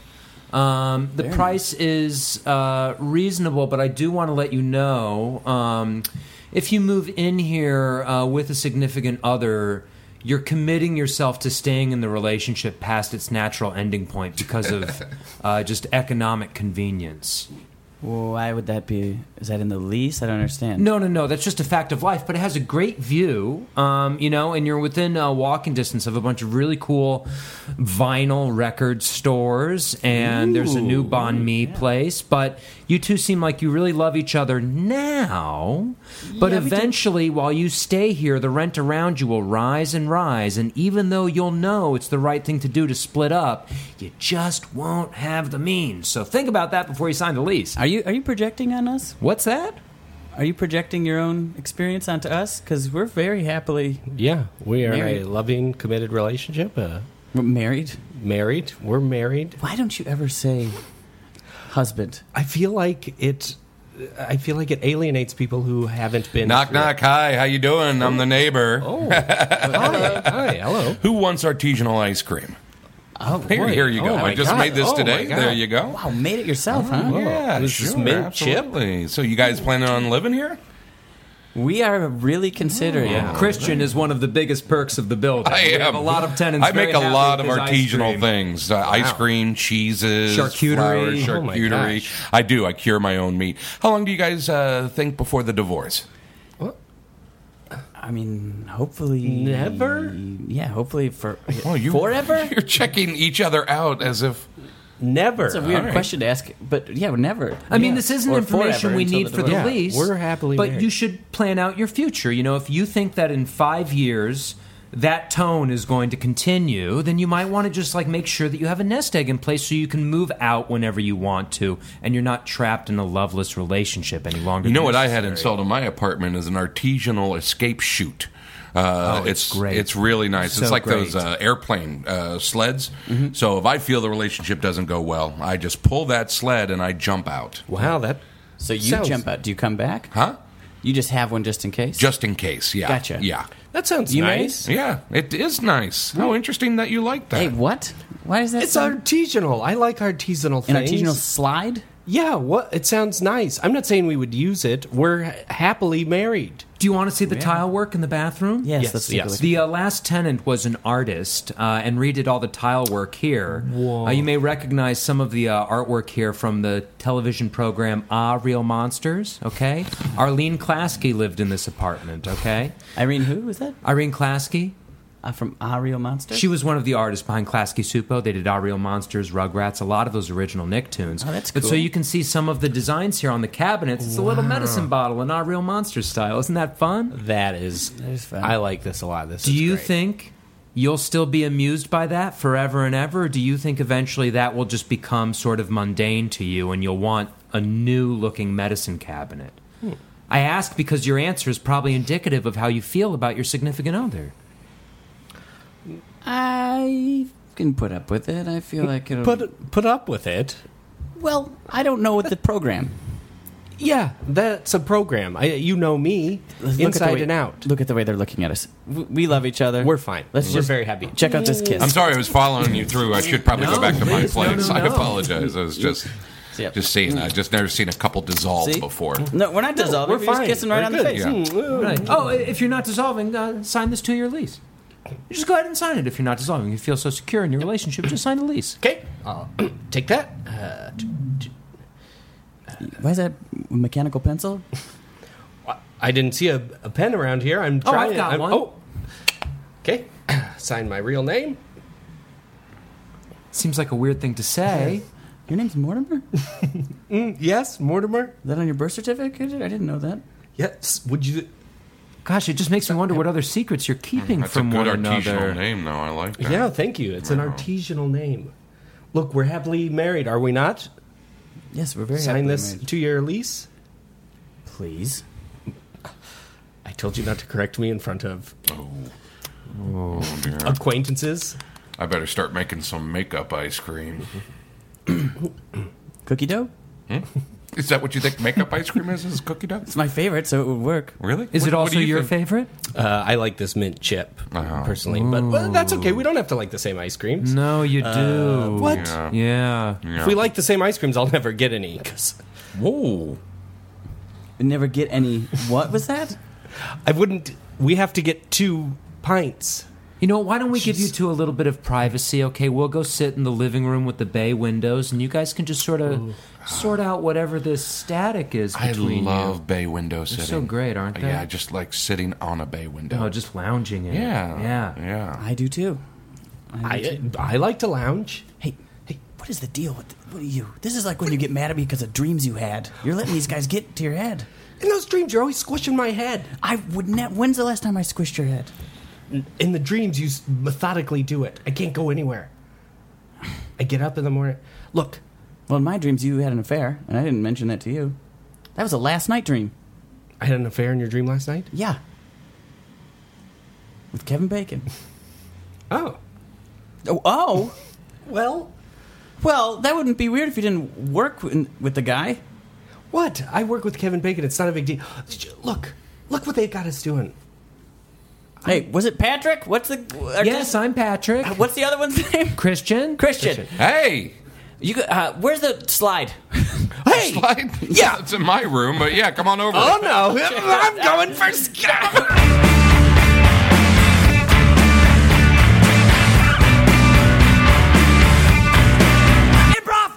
S6: Um, the price is uh, reasonable, but I do want to let you know um, if you move in here uh, with a significant other, you're committing yourself to staying in the relationship past its natural ending point because <laughs> of uh, just economic convenience.
S3: Why would that be? Is that in the lease? I don't understand.
S6: No, no, no. That's just a fact of life. But it has a great view, um, you know, and you're within uh, walking distance of a bunch of really cool vinyl record stores. And there's a new Bon Me place. But you two seem like you really love each other now. But eventually, while you stay here, the rent around you will rise and rise. And even though you'll know it's the right thing to do to split up, you just won't have the means. So think about that before you sign the lease.
S3: Are you are you projecting on us?
S6: What's that?
S3: Are you projecting your own experience onto us? Because we're very happily
S7: Yeah, we are
S3: Married.
S7: a loving, committed relationship. Uh,
S3: we're married.
S7: married. We're married.
S3: Why don't you ever say husband?
S7: I feel like it. I feel like it alienates people who haven't been.
S5: Knock knock. Hi, how you doing? I'm the neighbor.
S7: Oh, hi, hi, hello.
S5: Who wants artisanal ice cream? Oh, here, here you go.
S7: Oh,
S5: I
S7: my
S5: just
S7: God.
S5: made this
S7: Oh, my
S5: today.
S7: God.
S5: There you go.
S3: Wow, made it yourself, huh?
S5: Yeah,
S7: This is
S5: sure,
S7: mint chip.
S5: absolutely. So you guys planning on living here?
S6: Oh.
S3: We are really considering.
S6: Christian is one of the biggest perks of the building.
S5: I
S6: We
S5: am.
S6: have a lot of tenants.
S5: I make
S6: very
S5: a
S6: happy
S5: lot of
S6: with his ice
S5: artisanal
S6: cream.
S5: things: uh, ice cream, cheeses,
S6: Charcuterie.
S5: flowers,
S7: Oh my
S5: charcuterie.
S7: gosh.
S5: I do. I cure my own meat. How long do you guys uh, think before the divorce?
S3: I mean, hopefully
S7: Never?
S3: Yeah, hopefully for
S6: Oh,
S5: Well, you,
S6: <laughs>
S3: forever.
S5: <laughs> You're checking each other out as if.
S7: Never.
S3: That's a weird
S5: right.
S3: question to ask, but yeah, never.
S6: I mean,
S3: Yeah.
S6: this isn't
S3: Or
S6: information
S3: forever
S6: we
S3: until
S6: need for the
S3: divorce.
S6: lease.
S7: we're happily
S6: but
S7: married.
S6: you should plan out your future. You know, if you think that in five years that tone is going to continue, then you might want to just like make sure that you have a nest egg in place so you can move out whenever you want to, and you're not trapped in a loveless relationship any longer.
S5: You know
S6: than
S5: what I had
S6: necessary.
S5: installed in my apartment is an artisanal escape chute. Uh,
S6: Oh, it's great.
S5: It's really nice.
S6: So
S5: it's like those
S6: great. Mm-hmm.
S5: uh, airplane uh, sleds. So if I feel the relationship doesn't go well, I just pull that sled and I jump out.
S7: Wow, that
S3: So you
S7: Sounds-
S3: jump out. Do you come back?
S5: Huh?
S3: You just have one just in case.
S5: Just in case. Yeah.
S3: Gotcha.
S5: Yeah.
S7: that sounds
S3: You married?
S7: nice.
S5: Yeah, it is nice. How interesting that you like that.
S3: hey, what? Why is that?
S7: It's
S3: sound-
S7: artisanal. I like artisanal
S3: an
S7: things.
S3: artisanal slide.
S7: Yeah, what? It sounds nice. I'm not saying we would use it. We're ha- happily married.
S6: Do you want to see the tile work in the bathroom?
S3: Yes,
S7: Yes,
S3: that's
S7: yes.
S3: ridiculous.
S6: The uh, last tenant was an artist uh, and redid all the tile work here. Uh, you may recognize some of the uh, artwork here from the television program Ah Real Monsters, okay? Arlene Klasky lived in this apartment, okay?
S3: Irene, who was that?
S6: Irene Klasky,
S3: Uh, from Ario Monster.
S6: she was one of the artists behind Klasky Supo. They did Ah Real Monsters, Rugrats, a lot of those original Nick tunes.
S3: Oh, that's
S6: But so
S3: cool.
S6: you can see some of the designs here on the cabinets. It's a little medicine bottle in Ah Real Monsters style. Isn't that fun?
S7: That is.
S3: fun.
S7: I like this a lot. This.
S6: Do
S7: is
S6: you
S7: great.
S6: think you'll still be amused by that forever and ever? Or do you think eventually that will just become sort of mundane to you and you'll want a new looking medicine cabinet? I ask because your answer is probably indicative of how you feel about your significant other.
S3: I can put up with it. I feel like it'll.
S7: put put up with it?
S3: well, I don't know what the program.
S7: Yeah, that's a program. I, you know me,
S3: <laughs> Look at the
S7: inside
S3: way-
S7: and out.
S3: Look at the way they're looking at us. W- We love each other.
S7: We're fine.
S3: Let's
S7: We're
S3: just
S7: very happy.
S3: Check out this kiss.
S5: I'm sorry, I was following you through. I should probably go
S6: No,
S5: back to my
S6: please, no, no,
S5: place. <laughs> I
S6: no.
S5: apologize. I was just
S3: Yep.
S5: just seeing. I just never seen a couple dissolve
S3: See?
S5: before.
S6: Mm-hmm.
S3: No, we're not dissolving.
S7: We're
S3: We're, just
S7: fine.
S3: kissing right
S7: We're
S3: on the
S7: good.
S3: face.
S5: Yeah.
S7: mm.
S6: Right. Oh, i- if you're not dissolving, uh, sign this two year lease. Just go ahead and sign it if you're not dissolving. You feel so secure in your relationship, just sign the lease.
S7: Okay, I'll take that. Uh, t- t-
S3: Why is that mechanical pencil?
S7: I didn't see a, a pen around here. I'm
S8: Oh,
S7: trying.
S8: I've got
S7: I'm-
S8: one.
S7: Oh, okay. <clears throat> Sign my real name.
S6: Seems like a weird thing to say.
S3: Your name's Mortimer? Is
S7: Yes, Mortimer.
S3: that on your birth certificate? I didn't know that.
S7: Yes. Would you?
S6: Gosh, it just makes me wonder what other secrets you're keeping
S5: Mm, That's a
S6: from
S5: good
S6: one
S5: artisanal
S6: another.
S5: name, though. I like that.
S7: Yeah. Thank you. It's an artisanal name. Look, we're happily married, are we not?
S3: Yes, we're very
S7: Sign
S3: happily
S7: this
S3: married.
S7: two-year lease.
S3: please.
S7: I told you not to correct me in front of
S5: Oh, dear.
S7: acquaintances.
S5: I better start making some makeup ice cream.
S3: Cookie dough?
S5: Is that what you think makeup ice cream is? Is cookie dough?
S3: It's my favorite, so it would work.
S5: Really? What-
S6: Is it
S5: what do
S6: also
S5: you
S6: your
S5: think?
S6: favorite?
S7: Uh, I like this mint chip personally, but well, that's okay. We don't have to like the same ice creams.
S6: No, you do.
S5: Uh,
S7: What?
S5: Yeah.
S6: Yeah.
S5: Yeah.
S7: If we like the same ice creams, I'll never get any. 'cause
S5: Whoa.
S3: We never get any. What was that?
S7: I wouldn't. We have to get two pints.
S6: You know, why don't we give you two a little bit of privacy? Okay, we'll go sit in the living room with the bay windows, and you guys can just sort of sort out whatever this static is
S5: I
S6: between
S5: love
S6: you.
S5: bay window sitting.
S6: so great, aren't they?
S5: Yeah, I just like sitting on a bay window.
S6: Oh, just lounging in. it.
S5: yeah.
S6: yeah.
S5: Yeah.
S3: I do too.
S7: I I like to lounge.
S3: Hey, hey, what is the deal with what are you? This is like when you get mad at me because of dreams you had. You're letting these guys get to your head.
S7: In those dreams, you're always squishing my head.
S3: I would not. When's the last time I squished your head?
S7: In the dreams, you s- methodically do it. I can't go anywhere. I get up in the morning. Look,
S3: Well, in my dreams, you had an affair, and I didn't mention that to you. That was a last night dream.
S7: I had an affair in your dream last night.
S3: Yeah. With Kevin Bacon.
S7: Oh,
S3: <laughs> Oh, oh.
S7: well,
S3: Well, that wouldn't be weird if you didn't work in- with the guy.
S7: what? I work with Kevin Bacon. It's not a big deal. Look, look what they got us doing.
S3: Hey, was it Patrick? What's the or
S6: Yes, I'm Patrick.
S5: Uh,
S3: just- what's the other one's <laughs> name?
S6: Christian?
S3: Christian.
S5: Hey.
S3: You go- uh, where's the <laughs> slide?
S5: Hey. <laughs> yeah. It's in my room, but yeah, come on over.
S7: Oh
S6: <laughs>
S7: no, I'm going for Scott.
S2: Improv!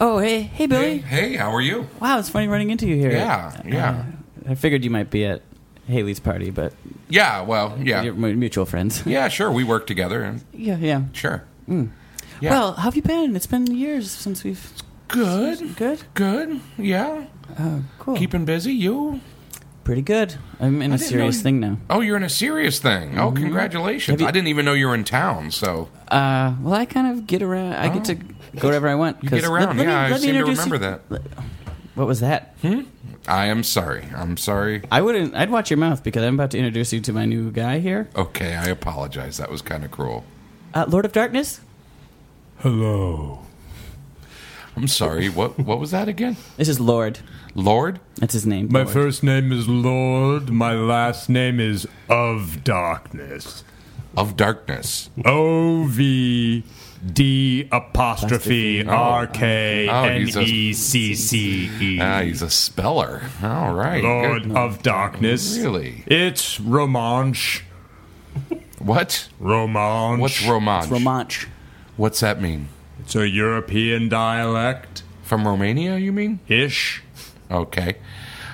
S3: Oh, hey, hey,
S5: <laughs> Hey,
S3: Billy.
S5: hey, how are you?
S3: Wow, it's funny running into you here. Uh,
S5: Yeah.
S6: Uh,
S5: Yeah.
S3: I figured you might be at Haley's party, but
S5: Yeah, well, yeah.
S3: you're mu- mutual friends.
S5: Uh, Yeah, sure. We work together. and-
S3: <laughs> yeah, yeah.
S5: Sure. Yeah.
S3: Well, how have you been? It's been years since we've.
S5: good.
S3: Good?
S5: Good. Yeah.
S3: Cool.
S5: Keeping busy. You?
S3: Pretty good. I'm in a
S5: didn't
S3: serious
S5: know you-
S3: thing now.
S5: Oh, you're in a serious thing. Oh, congratulations.
S3: Mm-hmm. Have you-
S5: I didn't even know you were in town, so.
S3: Uh, well, I kind of get around. I get to go wherever I want.
S5: Oh. You get
S3: 'cause-
S5: around. yeah, I seem to
S3: introduce
S5: remember
S3: you-
S5: that.
S3: What was that?
S5: I am sorry. I'm sorry.
S3: I wouldn't. I'd watch your mouth because I'm about to introduce you to my new guy here,
S5: Okay, I apologize. That was kind of cruel.
S3: uh, Lord of Darkness.
S5: I'm sorry. What what was that again?
S3: This is Lord.
S5: Lord?
S3: That's his name.
S10: My
S3: Lord.
S10: first name is Lord. My last name is Of Darkness.
S5: Of Darkness.
S10: O V D apostrophe
S3: Apostrophe.
S10: R K
S5: Oh,
S10: N
S5: he's a-
S10: E C C E.
S3: Mm.
S5: Ah, he's a speller. All right.
S10: Lord
S5: Good.
S10: of Darkness.
S5: Really?
S10: It's Romanche.
S5: What?
S10: Romanche.
S5: What's Romansh?
S3: Romanche.
S5: What's that mean?
S10: It's a European dialect.
S5: From Romania, you mean?
S10: Ish.
S5: Okay.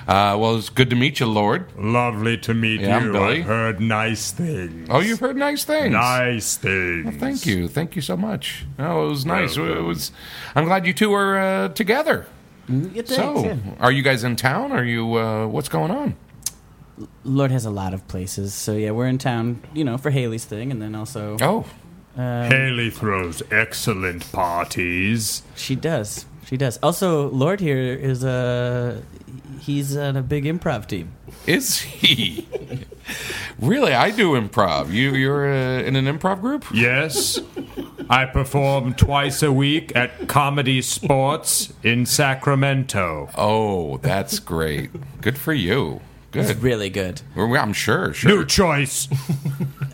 S5: Uh, well, it's good to meet you, Lord.
S10: Lovely to meet
S5: Yeah, I'm
S10: you.
S5: Billy.
S10: I've heard nice things.
S5: Oh, you've heard nice things.
S10: nice things.
S5: Thank you. Thank you so much. Oh, it was nice. It
S10: Welcome.
S5: was. I'm glad you two are uh, together.
S3: Good
S5: So,
S3: thanks, Mm, yeah.
S5: are you guys in town? Are you? Uh, what's going on?
S3: Lord has a lot of places. So yeah, we're in town, you know, for Haley's thing, and then also
S5: Oh,
S10: Haley throws excellent parties.
S3: she does. She does. Also, Lord here is a. He's on a big improv team.
S5: is he? <laughs> really? I do improv. You you're uh, in an improv group?
S10: Yes, I perform twice a week at Comedy Sports in Sacramento.
S5: Oh, that's great. Good for you.
S3: He's
S5: Good.
S3: really good.
S5: Well, I'm sure. Sure.
S10: New choice.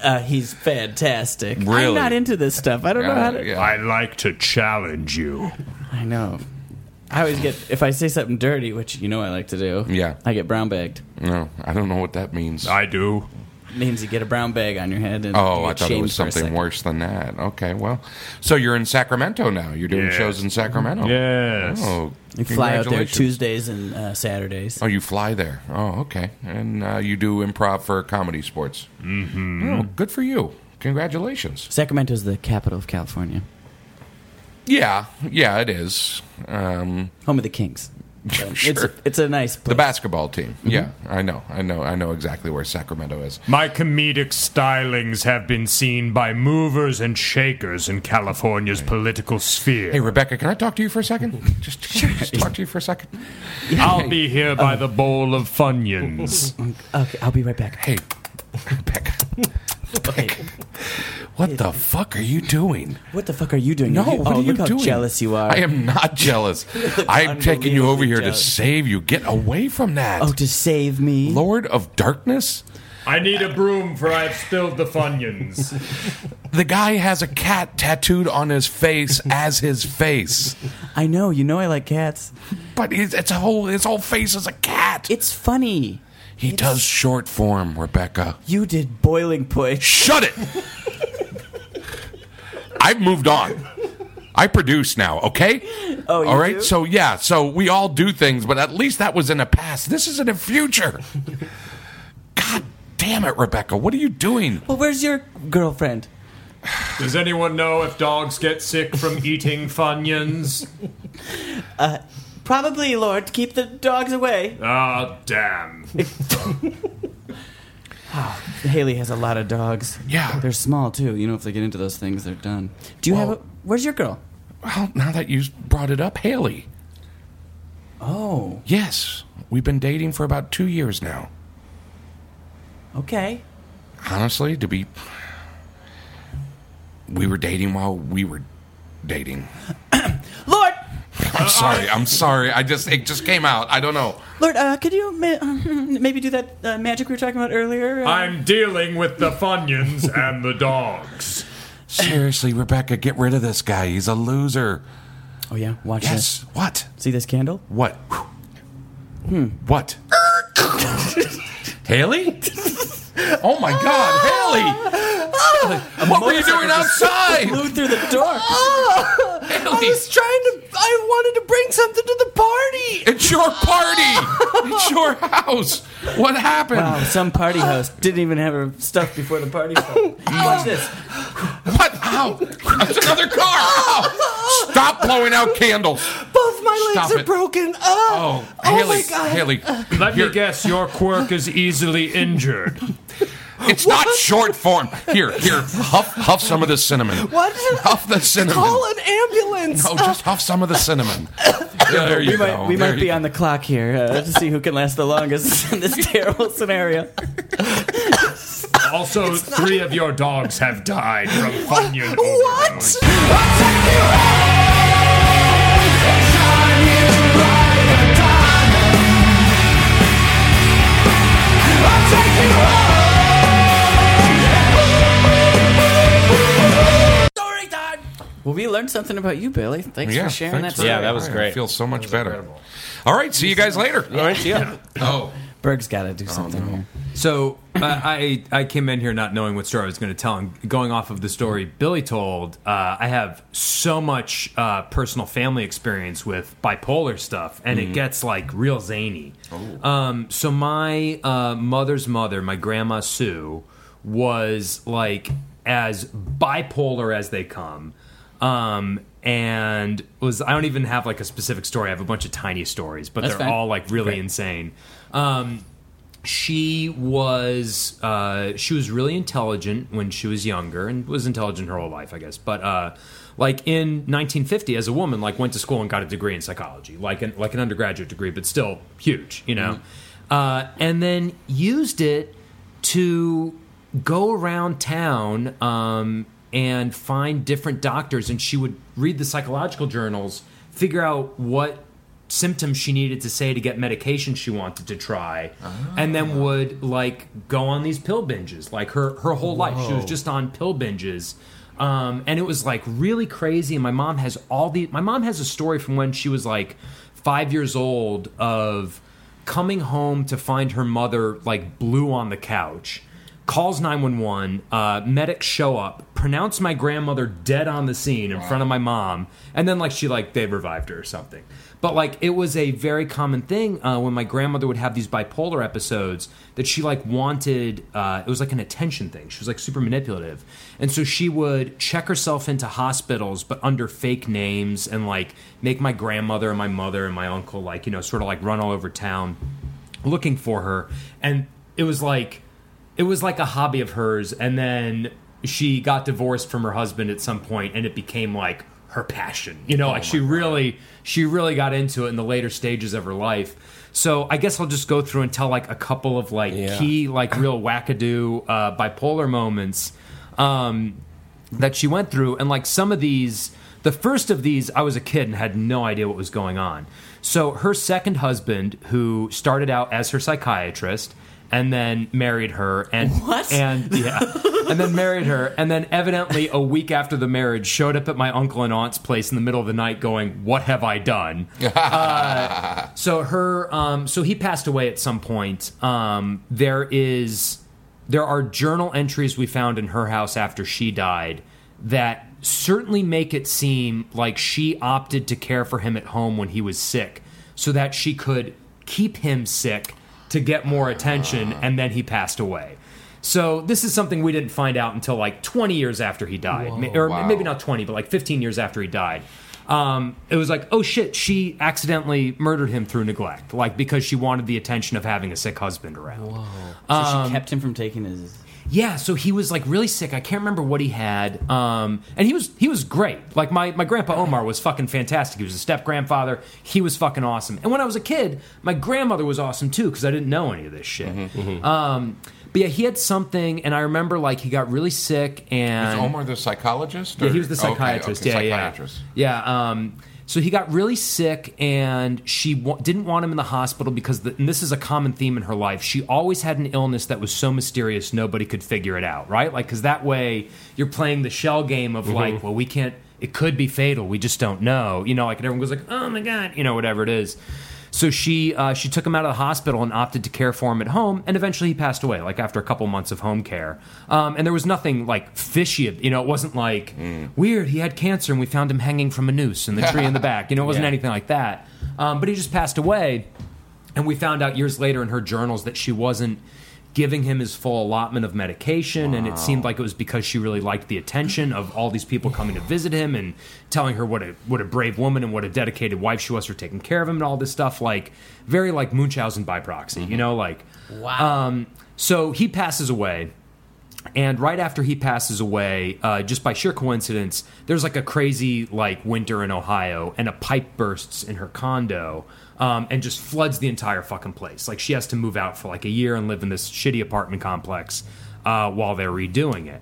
S3: Uh, he's fantastic. I'm
S5: Really?
S3: not into this stuff. I don't know how
S5: Uh,
S3: to.
S5: yeah.
S10: I like to challenge you.
S3: I know. I always get if I say something dirty, which you know I like to do.
S5: Yeah.
S3: I get brown bagged.
S5: No, I don't know what that means.
S10: I do.
S3: means you get a brown bag on your head. And you
S5: Oh,
S3: get
S5: I thought it
S3: shamed
S5: was
S3: for a
S5: something
S3: second.
S5: worse than that. Okay, well, so you're in Sacramento now. You're doing
S3: Yes. Mm-hmm.
S5: shows in Sacramento.
S3: Yes.
S5: Oh,
S3: You fly out there
S5: congratulations.
S3: Tuesdays and uh, Saturdays.
S5: Oh, you fly there. Oh, okay. And uh, you do improv for comedy sports. Mm-hmm. Oh, good for you. Congratulations.
S3: Sacramento's the capital of California.
S5: Yeah, yeah, it is. Um, <laughs>
S3: Home of the Kings.
S5: sure. It's,
S3: a nice
S5: The basketball team.
S3: Mm-hmm.
S11: Mhm.
S5: Yeah, I know. I know. I know exactly where Sacramento is.
S11: My comedic stylings have been seen by movers and shakers in California's political sphere.
S5: Hey, Rebecca, can I talk to you for a
S3: <laughs>
S5: second? Just, just talk to you for a second.
S11: I'll be here by the bowl of Funyuns.
S3: Okay, I'll be right back. <laughs>
S5: Hey, Rebecca. What the fuck are you doing?
S3: What the fuck are you doing?
S5: No,
S3: Look at-
S5: what
S3: oh,
S5: are you
S3: look how
S5: doing?
S3: jealous you are.
S5: I am
S3: <laughs>
S5: not jealous. I'm taking you over here
S3: jealous.
S5: to save you. Get away from that.
S3: Oh, to save me.
S5: Lord of Darkness?
S11: I need a broom for I've spilled the Funyuns.
S5: The guy has a cat tattooed on
S3: <laughs>
S5: his face as his face.
S3: I know. You know I like cats.
S5: But it's, it's a whole his whole face is a cat.
S3: It's funny.
S5: He does short form, Rebecca.
S3: You did boiling point.
S5: Shut it. I've moved on. I produce now, okay?
S3: <laughs> Oh, you
S5: all right.
S3: do?
S5: So yeah, so we all do things, but at least that was in the past. This is in the future.
S3: <laughs>
S5: God damn it, Rebecca! What are you doing?
S3: Well, where's your girlfriend?
S11: Does anyone know if dogs get sick from eating Funyuns?
S3: Probably, Lord. Keep the dogs away.
S11: Ah, damn.
S3: Haley has a lot of dogs.
S5: Yeah.
S3: They're small, too. You know, if they get into those things, they're done. Do you have a. Where's your girl?
S5: Well, now that you brought it up, Haley.
S3: Oh,
S5: Yes, we've been dating for about two years now.
S3: okay.
S5: Honestly, to be, we were dating while we were dating.
S3: Lord! <laughs>
S5: I'm sorry. I'm sorry. I just it just came out. I don't know.
S3: Lord, uh, could you ma- <laughs> maybe do that uh, magic we were talking about earlier? Uh,
S11: I'm dealing with the Funyuns and the dogs.
S5: Seriously, Rebecca, get rid of this guy. He's a loser.
S3: Oh, yeah. Watch
S5: Yes. What?
S3: this. See this candle?
S5: What?
S7: Hmm.
S5: What? Haley? oh my God, Haley! what were you doing outside?
S3: Flew through the door.
S5: Haley,
S7: trying to. I wanted to bring something to the party.
S5: it's your party. it's your house. What happened?
S3: Wow, Oh, some party host didn't even have her stuff before the party <laughs> started. Watch this.
S5: What? Ow! That's another car. Ow! Stop blowing out candles.
S7: Both my legs
S5: Stop
S7: are
S5: it.
S7: broken. Oh,
S5: Oh,
S7: oh
S5: Haley,
S7: my god.
S5: Haley,
S11: Let
S5: You're-
S11: me guess, your quirk is easily injured.
S5: it's not short form. Here, here, huff, huff some of this cinnamon.
S7: What?
S5: Huff the cinnamon.
S7: Call an ambulance.
S5: No, just huff some of the cinnamon. Yeah, there you
S3: We
S5: go.
S3: might, we
S5: There
S3: might
S5: you
S3: be
S5: go.
S3: on the clock here uh, to see who can last the longest <laughs> in
S5: <laughs>
S3: this terrible scenario.
S11: Also, three of your dogs have died from Funyun
S7: What?
S11: overdose.
S3: Well, we learned something about you, Billy. Thanks
S5: Yeah,
S3: for sharing
S5: thanks
S3: that.
S5: for
S12: Yeah,
S3: Yeah,
S12: that was
S5: I
S12: great.
S5: feel so much better. All right, see you guys later.
S12: All right, yeah.
S5: <laughs> Oh,
S3: Berg's got to do something here.
S10: So I, I I came in here not knowing what story I was going to tell, and going off of the story Billy told, uh, I have so much uh, personal family experience with bipolar stuff, and
S3: Mm.
S10: it gets like real zany.
S3: Oh.
S10: Um, so my uh, mother's mother, my grandma Sue, was like as bipolar as they come um, and was I don't even have like a specific story. I have a bunch of tiny stories, but
S3: That's
S10: they're
S3: fine.
S10: all like really insane. Um, she was uh, she was really intelligent when she was younger and was intelligent her whole life, I guess. But uh, like in 1950, as a woman, like went to school and got a degree in psychology, like an like an undergraduate degree, but still huge, you know. Uh, and then used it to go around town um, and find different doctors, and she would read the psychological journals, figure out what symptoms she needed to say to get medication she wanted to try, and then would like go on these pill binges. Like her her whole life, she was just on pill binges. Um, and it was like really crazy. And my mom has all the. My mom has a story from when she was like five years old of coming home to find her mother like blue on the couch calls 911. Uh, medics show up, pronounce my grandmother dead on the scene in front of my mom, and then like she like they revived her or something. But like it was a very common thing uh, when my grandmother would have these bipolar episodes that she like wanted. Uh, it was like an attention thing. She was like super manipulative, and so she would check herself into hospitals but under fake names and like make my grandmother and my mother and my uncle like you know sort of like run all over town looking for her and it was like it was like a hobby of hers and then she got divorced from her husband at some point and it became like her passion you know like she really she really got into it in the later stages of her life so i guess i'll just go through and tell like a couple of like
S13: Yeah.
S10: key like real wackadoo uh, bipolar moments um, that she went through and like some of these the first of these i was a kid and had no idea what was going on so her second husband who started out as her psychiatrist and then married her and
S3: What?
S10: and yeah and then married her and then evidently a week after the marriage showed up at my uncle and aunt's place in the middle of the night going what have i done so her, um, so he passed away at some point. Um, there is, there are journal entries we found in her house after she died that certainly make it seem like she opted to care for him at home when he was sick, so that she could keep him sick to get more attention, and then he passed away. So this is something we didn't find out until like 20 years after he died, Ma- or
S5: wow.
S10: maybe not 20, but like 15 years after he died. Um, it was like, oh shit, she accidentally murdered him through neglect, like because she wanted the attention of having a sick husband around.
S3: So she kept him from taking his.
S10: Yeah, so he was like really sick. I can't remember what he had. Um, and he was he was great. Like my my grandpa Omar was fucking fantastic. He was a step grandfather. He was fucking awesome. And when I was a kid, my grandmother was awesome too because I didn't know any of this shit.
S5: Mm-hmm,
S10: Um, but yeah, he had something, and I remember like he got really sick and
S5: Is Omar the psychologist?
S10: yeah,
S5: or-
S10: he was the
S5: okay, okay,
S10: psychiatrist. yeah,
S5: psychiatrist.
S10: yeah, yeah. Um, so he got really sick, and she wa- didn't want him in the hospital because, the, and this is a common theme in her life. She always had an illness that was so mysterious nobody could figure it out, right? Like, because that way you're playing the shell game of
S5: Mm-hmm.
S10: like, well, we can't. It could be fatal. We just don't know. You know, like and everyone goes like, oh my god, you know, whatever it is. So she uh, she took him out of the hospital and opted to care for him at home, and eventually he passed away, like after a couple months of home care. Um, and there was nothing like fishy, you know. It wasn't like weird. He had cancer, and we found him hanging from a noose in the tree in the back. You know, it wasn't anything like that. Um, but he just passed away, and we found out years later in her journals that she wasn't giving him his full allotment of medication and it seemed like it was because she really liked the attention of all these people coming to visit him and telling her what a what a brave woman and what a dedicated wife she was for taking care of him and all this stuff like very like Munchausen by proxy you know like wow um so he passes away and right after he passes away, uh, just by sheer coincidence, there's like a crazy like winter in Ohio, and a pipe bursts in her condo um, and just floods the entire fucking place. Like she has to move out for like a year and live in this shitty apartment complex uh, while they're redoing it.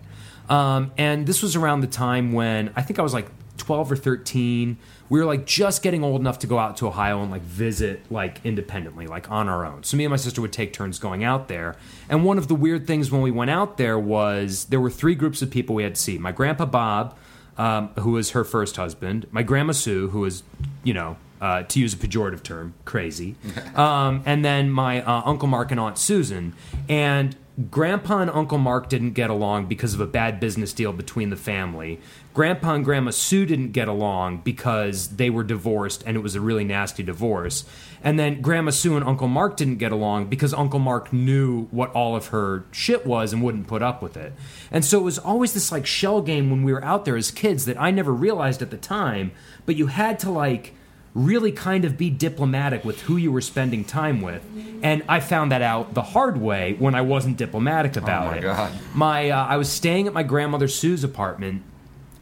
S10: Um, and this was around the time when I think I was like 12 or 13. We were like just getting old enough to go out to Ohio and like visit like independently, like on our own. So me and my sister would take turns going out there. And one of the weird things when we went out there was there were three groups of people we had to see. My grandpa Bob, um, who was her first husband, my grandma Sue, who was, you know, uh, to use a pejorative term, crazy, um, and then my uh, Uncle Mark and Aunt Susan. And Grandpa and Uncle Mark didn't get along because of a bad business deal between the family. Grandpa and Grandma Sue didn't get along because they were divorced and it was a really nasty divorce. And then Grandma Sue and Uncle Mark didn't get along because Uncle Mark knew what all of her shit was and wouldn't put up with it. And so it was always this like shell game when we were out there as kids that I never realized at the time, but you had to like really kind of be diplomatic with who you were spending time with. And I found that out the hard way when I wasn't diplomatic about
S5: Oh, my
S10: it.
S5: God.
S10: My uh, I was staying at my grandmother Sue's apartment.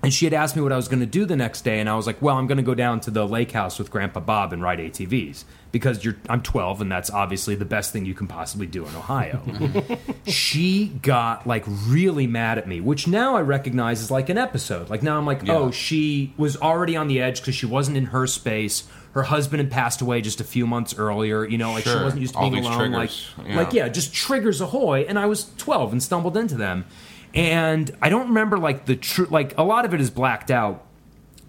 S10: And she had asked me what I was going to do the next day, and I was like, "Well, I'm going to go down to the lake house with Grandpa Bob and ride ATVs because you're I'm 12, and that's obviously the best thing you can possibly do in Ohio." she got like really mad at me, which now I recognize is like an episode. Like now I'm like, oh, she was already on the edge because she wasn't in her space. Her husband had passed away just a few months earlier. You know, like she
S5: Sure.
S10: wasn't used to
S5: All
S10: being
S5: these
S10: alone.
S5: triggers,
S10: Like,
S5: yeah.
S10: like yeah, just triggers ahoy. And I was 12 and stumbled into them. And I don't remember like the true, like a lot of it is blacked out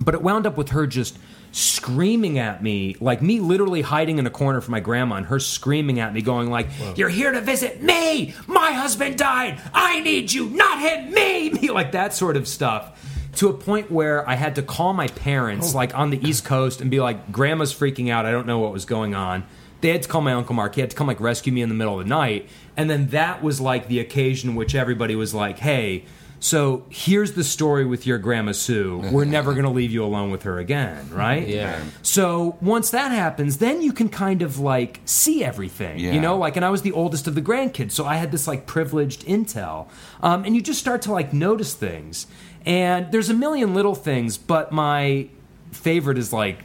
S10: but it wound up with her just screaming at me, like me literally hiding in a corner from my grandma, and her screaming at me, going like, "You're here to visit me. My husband died. I need you, not him. Me, <laughs> me," like that sort of stuff. To a point where I had to call my parents, like on the East Coast, and be like, "Grandma's freaking out. I don't know what was going on." They had to call my uncle Mark. He had to come like rescue me in the middle of the night, and then that was like the occasion in which everybody was like, "Hey." So here's the story with your grandma Sue. We're never going to leave you alone with her again, right?
S14: Yeah.
S10: So once that happens, then you can kind of like see everything,
S5: Yeah.
S10: you know. Like, and I was the oldest of the grandkids, so I had this like privileged intel, um, and you just start to like notice things. And there's a million little things, but my favorite is like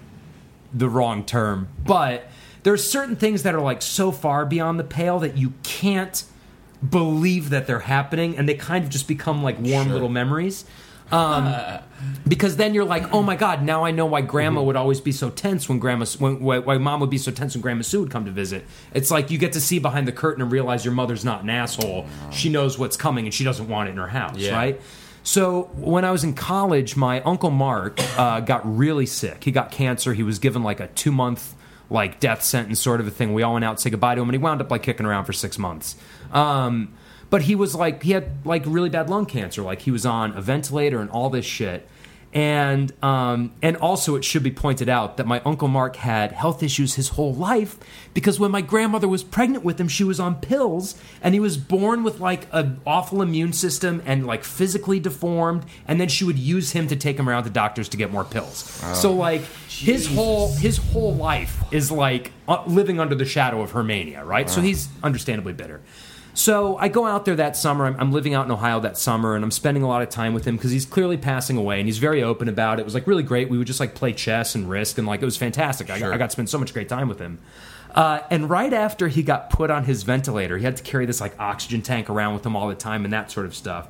S10: the wrong term, but there's certain things that are like so far beyond the pale that you can't believe that they're happening, and they kind of just become like warm little memories. Um, because then you're like, oh my god, now I know why Grandma would always be so tense when Grandma, when, why, why Mom would be so tense when Grandma Sue would come to visit. It's like you get to see behind the curtain and realize your mother's not an asshole. She knows what's coming and she doesn't want it in her house,
S6: Yeah.
S10: right? So when I was in college, my uncle Mark uh, got really sick. He got cancer. He was given like a two month like death sentence sort of a thing. We all went out to say goodbye to him, and he wound up like kicking around for six months. Um, but he was like he had like really bad lung cancer. Like he was on a ventilator and all this shit. And um, and also, it should be pointed out that my uncle Mark had health issues his whole life because when my grandmother was pregnant with him, she was on pills, and he was born with like an awful immune system and like physically deformed, and then she would use him to take him around to doctors to get more pills. So like his whole his whole life is like uh, living under the shadow of her mania, right? So he's understandably bitter. So I go out there that summer. I'm, I'm living out in Ohio that summer, and I'm spending a lot of time with him because he's clearly passing away, and he's very open about it. It was like really great. We would just like play chess and Risk, and like it was fantastic. I, got, I got to spend so much great time with him. Uh, and right after he got put on his ventilator, he had to carry this like oxygen tank around with him all the time and that sort of stuff.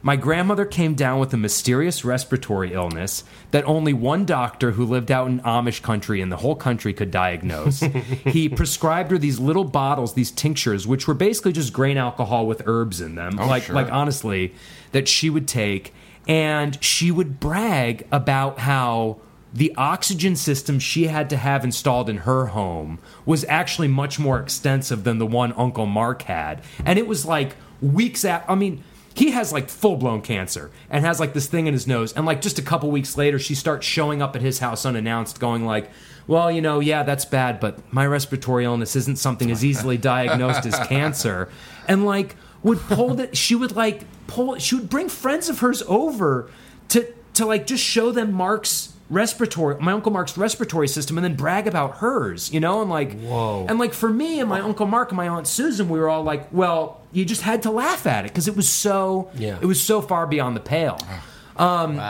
S10: My grandmother came down with a mysterious respiratory illness that only one doctor who lived out in Amish country and the whole country
S5: <laughs>
S10: could diagnose. he prescribed her these little bottles, these tinctures, which were basically just grain alcohol with herbs in them.
S5: Oh,
S10: like,
S5: sure.
S10: like honestly, that she would take, and she would brag about how the oxygen system she had to have installed in her home was actually much more extensive than the one Uncle Mark had. And it was like weeks after, I mean, he has like full blown cancer and has like this thing in his nose. And like just a couple weeks later, she starts showing up at his house unannounced, going like, well, you know, yeah, that's bad, but my respiratory illness isn't something as easily <laughs> diagnosed as cancer. And like, would pull that she would like pull she would bring friends of hers over to to like just show them Mark's respiratory my uncle Mark's respiratory system and then brag about hers, you know? And like whoa. And like for me and my uncle Mark and my aunt Susan, we were all like, well, you just had to laugh at it because it was so
S6: Yeah.
S10: it was so far beyond the pale. Um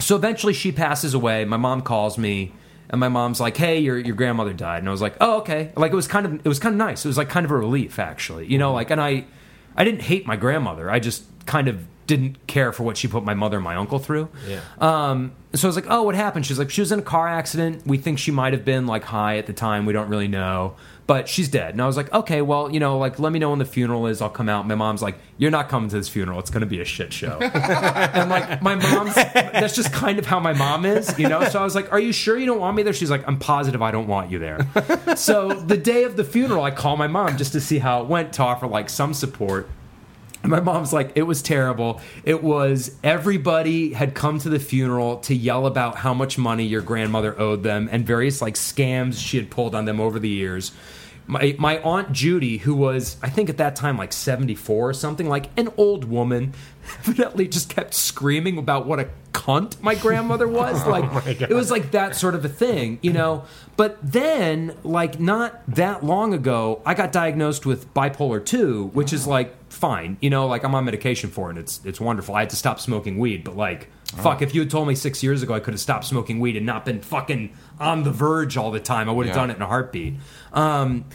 S10: so eventually she passes away. My mom calls me and my mom's like, "Hey, your your grandmother died." And I was like, "Oh, okay." Like it was kind of it was kind of nice. It was like kind of a relief actually. You know, like and I I didn't hate my grandmother. I just kind of didn't care for what she put my mother and my uncle through.
S6: Yeah.
S10: Um, so I was like, oh, what happened? She's like, she was in a car accident. We think she might have been like high at the time. We don't really know, but she's dead. And I was like, okay, well, you know, like, let me know when the funeral is. I'll come out. My mom's like, you're not coming to this funeral. It's going to be a shit show. and like, my mom's, that's just kind of how my mom is, you know? So I was like, are you sure you don't want me there? She's like, I'm positive I don't want you there. so the day of the funeral, I call my mom just to see how it went to offer like some support. And my mom's like, it was terrible. It was everybody had come to the funeral to yell about how much money your grandmother owed them and various like scams she had pulled on them over the years. My, my aunt Judy, who was, I think at that time, like 74 or something, like an old woman, <laughs> evidently just kept screaming about what a cunt my grandmother was. Like, it was like that sort of a thing, you know? But then, like, not that long ago, I got diagnosed with bipolar 2, which is like, fine. You know, like I'm on medication for it. And it's it's wonderful. I had to stop smoking weed, but like, fuck, if you had told me six years ago I could have stopped smoking weed and not been fucking on the verge all the time, I would have
S5: Yeah.
S10: done it in a heartbeat. Um,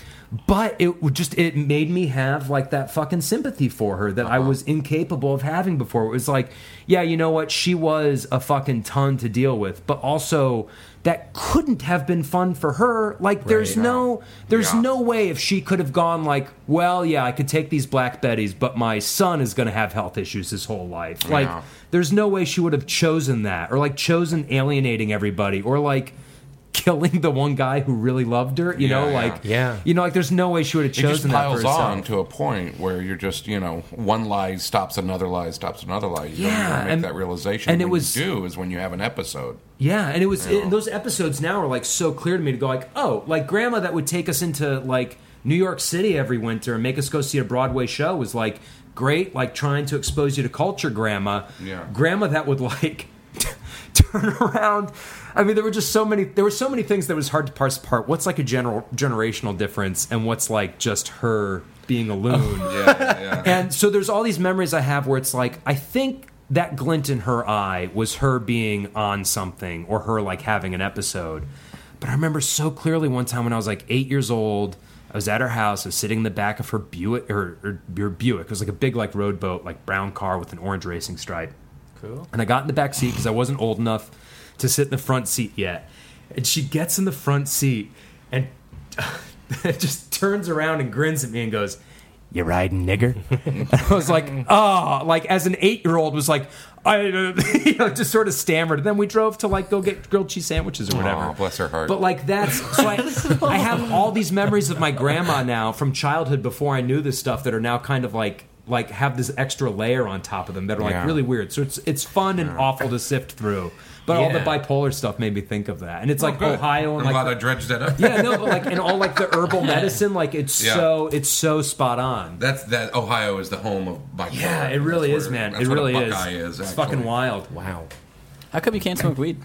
S10: but it would just it made me have like that fucking sympathy for her that
S5: Uh-huh.
S10: I was incapable of having before. It was like, yeah, you know what? She was a fucking ton to deal with, but also that couldn't have been fun for her. Like, there's no, there's
S5: uh, Yeah.
S10: no no way if she could have gone like, well, yeah, I could take these black betties, but my son is going to have health issues his whole life. Like,
S5: Yeah.
S10: there's no way she would have chosen that, or like chosen alienating everybody, or like <laughs>
S6: killing the one guy who really loved her. You know,
S5: Yeah,
S6: like
S7: yeah.
S6: you know, like there's no way she would have
S5: It just
S6: chosen that for
S5: piles
S6: herself.
S5: on to a point where you're just, you know, one lie stops another lie stops another lie. You
S6: Yeah,
S5: don't even make
S6: and-
S5: that realization.
S6: and it
S5: When
S6: was-
S5: you do is when you have an episode.
S6: Yeah, and it was and those episodes now are like so clear to me to go like, oh, like grandma that would take us into like New York City every winter and make us go see a Broadway show was like great, like trying to expose you to culture, grandma.
S5: Yeah.
S6: Grandma that would like <laughs> turn around. I mean, there were just so many there were so many things that was hard to parse apart. What's like a general generational difference and what's like just her being a loon.
S5: Yeah, yeah.
S6: <laughs> And so there's all these memories I have where it's like I think that glint in her eye was her being on something or her like having an episode. But I remember so clearly one time when I was like eight years old, I was at her house, I was sitting in the back of her Buick or, or your Buick. It was like a big like road boat, like brown car with an orange racing stripe. Cool. And I got in the back seat because I wasn't old enough to sit in the front seat yet. And she gets in the front seat and <laughs> just turns around and grins at me and goes, "You riding, nigger?" <laughs> I was like, "Oh!" Like as an eight-year-old was like, "I," <laughs> uh, you know, just sort of stammered. And then we drove to like go get grilled cheese sandwiches or whatever.
S5: Aw, bless her heart.
S6: But like that's so I, I have all these memories of my grandma now from childhood before I knew this stuff that are now kind of like like have this extra layer on top of them that are like
S5: Yeah.
S6: really weird. So it's it's fun and awful to sift through. But all the
S7: Yeah.
S6: bipolar stuff made me think of that, and it's like
S5: Oh, Good.
S6: Ohio and
S5: I'm
S6: like
S5: glad I dredged that up.
S6: yeah, no, but like and all like the
S5: <laughs>
S6: herbal medicine, like it's
S5: Yeah.
S6: so it's so spot on.
S5: That's that Ohio is the home of bipolar.
S6: Yeah, it really
S5: That's
S6: is,
S5: where-
S6: man.
S5: that's
S6: It
S5: what a
S6: really is.
S5: Buckeye
S6: It's
S5: actually.
S6: fucking wild. Wow.
S3: How come you can't smoke weed?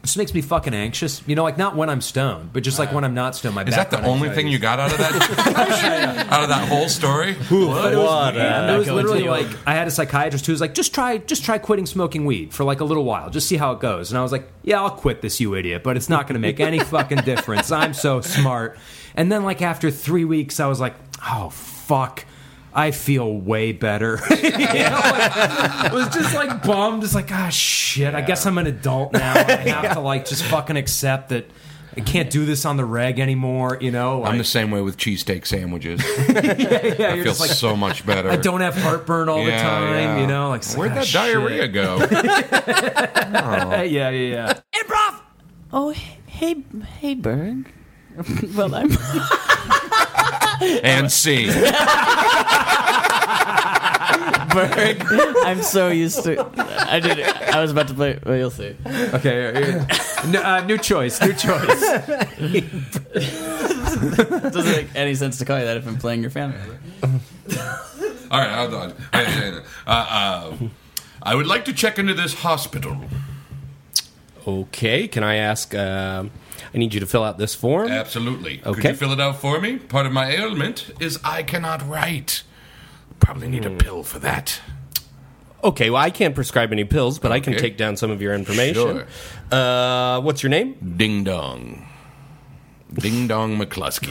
S6: This makes me fucking anxious. You know, like not when I'm stoned, but just like when I'm not stoned. My
S5: Is that the only thing you got out
S6: <laughs>
S5: of that? <laughs> out of that whole story?
S9: What?
S6: it was literally like I had a psychiatrist who was like, "Just try, just try quitting smoking weed for like a little while, just see how it goes." And I was like, "Yeah, I'll quit this, you idiot." But it's not going to make any fucking difference. I'm so smart. And then like after three weeks, I was like, "Oh fuck." I feel way better. <laughs> you know, like, was just like bummed. It's like, ah, shit. I guess I'm an adult now. I have to like just fucking accept that I can't do this on the reg anymore. You know, like,
S5: I'm the same way with cheesesteak
S6: <laughs>
S5: sandwiches.
S6: yeah,
S5: I
S6: you're
S5: feel
S6: just like,
S5: so much better.
S6: I don't have heartburn all the
S5: Yeah,
S6: time.
S5: yeah.
S6: You know, like it's
S5: Where'd
S6: like,
S5: that
S6: "Ah,
S5: diarrhea
S6: shit." Uh,
S5: go?
S6: <laughs> yeah, yeah, yeah.
S2: Improv!
S1: Oh, hey,
S3: <laughs>
S1: hey, Berg. well, I'm.
S5: and see.
S3: I'm so used to. I did. It. I was about to play. Well, you'll see.
S6: Okay, yeah, yeah. No, uh, new choice, new choice.
S3: It doesn't make any sense to call you that if I'm playing your family.
S5: All right, hold on. Wait, wait, wait. Uh, uh, I would like to check into this hospital.
S7: Okay, can I ask? Um, I need you to fill out this form.
S5: Uh, Absolutely. Could
S7: Okay.
S5: you fill it out for me? Part of my ailment is I cannot write. Probably need
S6: Hmm.
S5: a pill for that.
S7: Okay, well, I can't prescribe any pills, but I can
S5: Okay.
S7: take down some of your information. Uh, what's your name?
S5: Ding dong. Ding dong
S6: <laughs>
S5: McCluskey.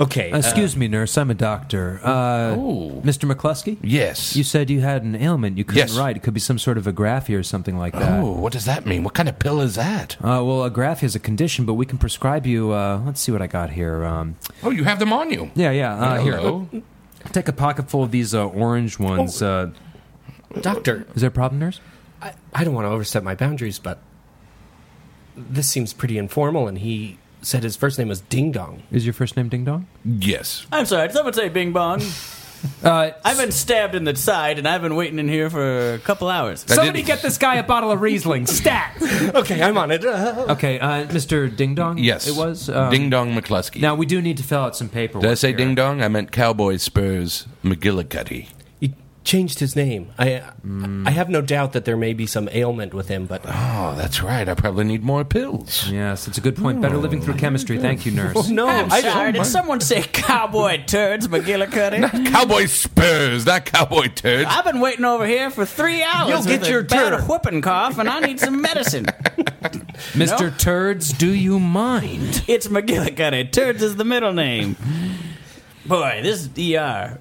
S7: Okay. uh,
S6: <laughs> Excuse me, nurse. I'm a doctor. Uh, Mr. McCluskey,
S5: Yes.
S6: you said you had an ailment. You couldn't
S5: Yes.
S6: write. It could be some sort of agraphia or something like that.
S5: Oh, what does that mean? What kind of pill is that?
S6: Uh, well, agraphia is a condition, but we can prescribe you. Uh, let's see what I got here. Um,
S5: Oh, you have them on you.
S6: yeah, yeah. Uh, here,
S5: Hello.
S6: take a pocket full of these uh, orange ones.
S5: Oh.
S6: Uh,
S7: doctor,
S6: is there a problem, nurse?
S7: I, I don't want to overstep my boundaries, but this seems pretty informal, and he said his first name was Ding Dong.
S6: Is your first name Ding Dong?
S5: Yes.
S3: I'm sorry. Did someone say Bing Bong?
S6: Uh,
S3: I've been stabbed in the side, and I've been waiting in here for a couple hours.
S6: somebody get this guy a bottle of Riesling. Stat.
S7: <laughs> Okay, I'm on it. Uh,
S6: Okay, uh, Mr. Ding Dong.
S5: Yes.
S6: it was um,
S5: Ding dong McCluskey.
S6: Now we do need to fill out some paperwork.
S5: Did I say
S6: here.
S5: ding dong? I meant cowboy spurs McGillicuddy.
S7: <laughs> he changed his name. I, I have no doubt that there may be some ailment with him, but
S5: Oh, that's right. I probably need more pills.
S6: Yes, it's a good point. Better living
S5: Oh.
S6: through chemistry. Thank you, nurse.
S7: no,
S3: I'm
S7: I
S3: sorry. Did
S5: mind.
S3: someone say cowboy turds, McGillicuddy?
S5: <laughs> Cowboy spurs, that cowboy turd.
S3: I've been waiting over here for three hours.
S7: You'll
S3: with
S7: get
S3: a
S7: your
S3: bad
S7: turn.
S3: whooping cough, and I need some medicine.
S6: Mr. Turds, do you mind?
S3: It's McGillicuddy. Turds is the middle name. Boy, this ER.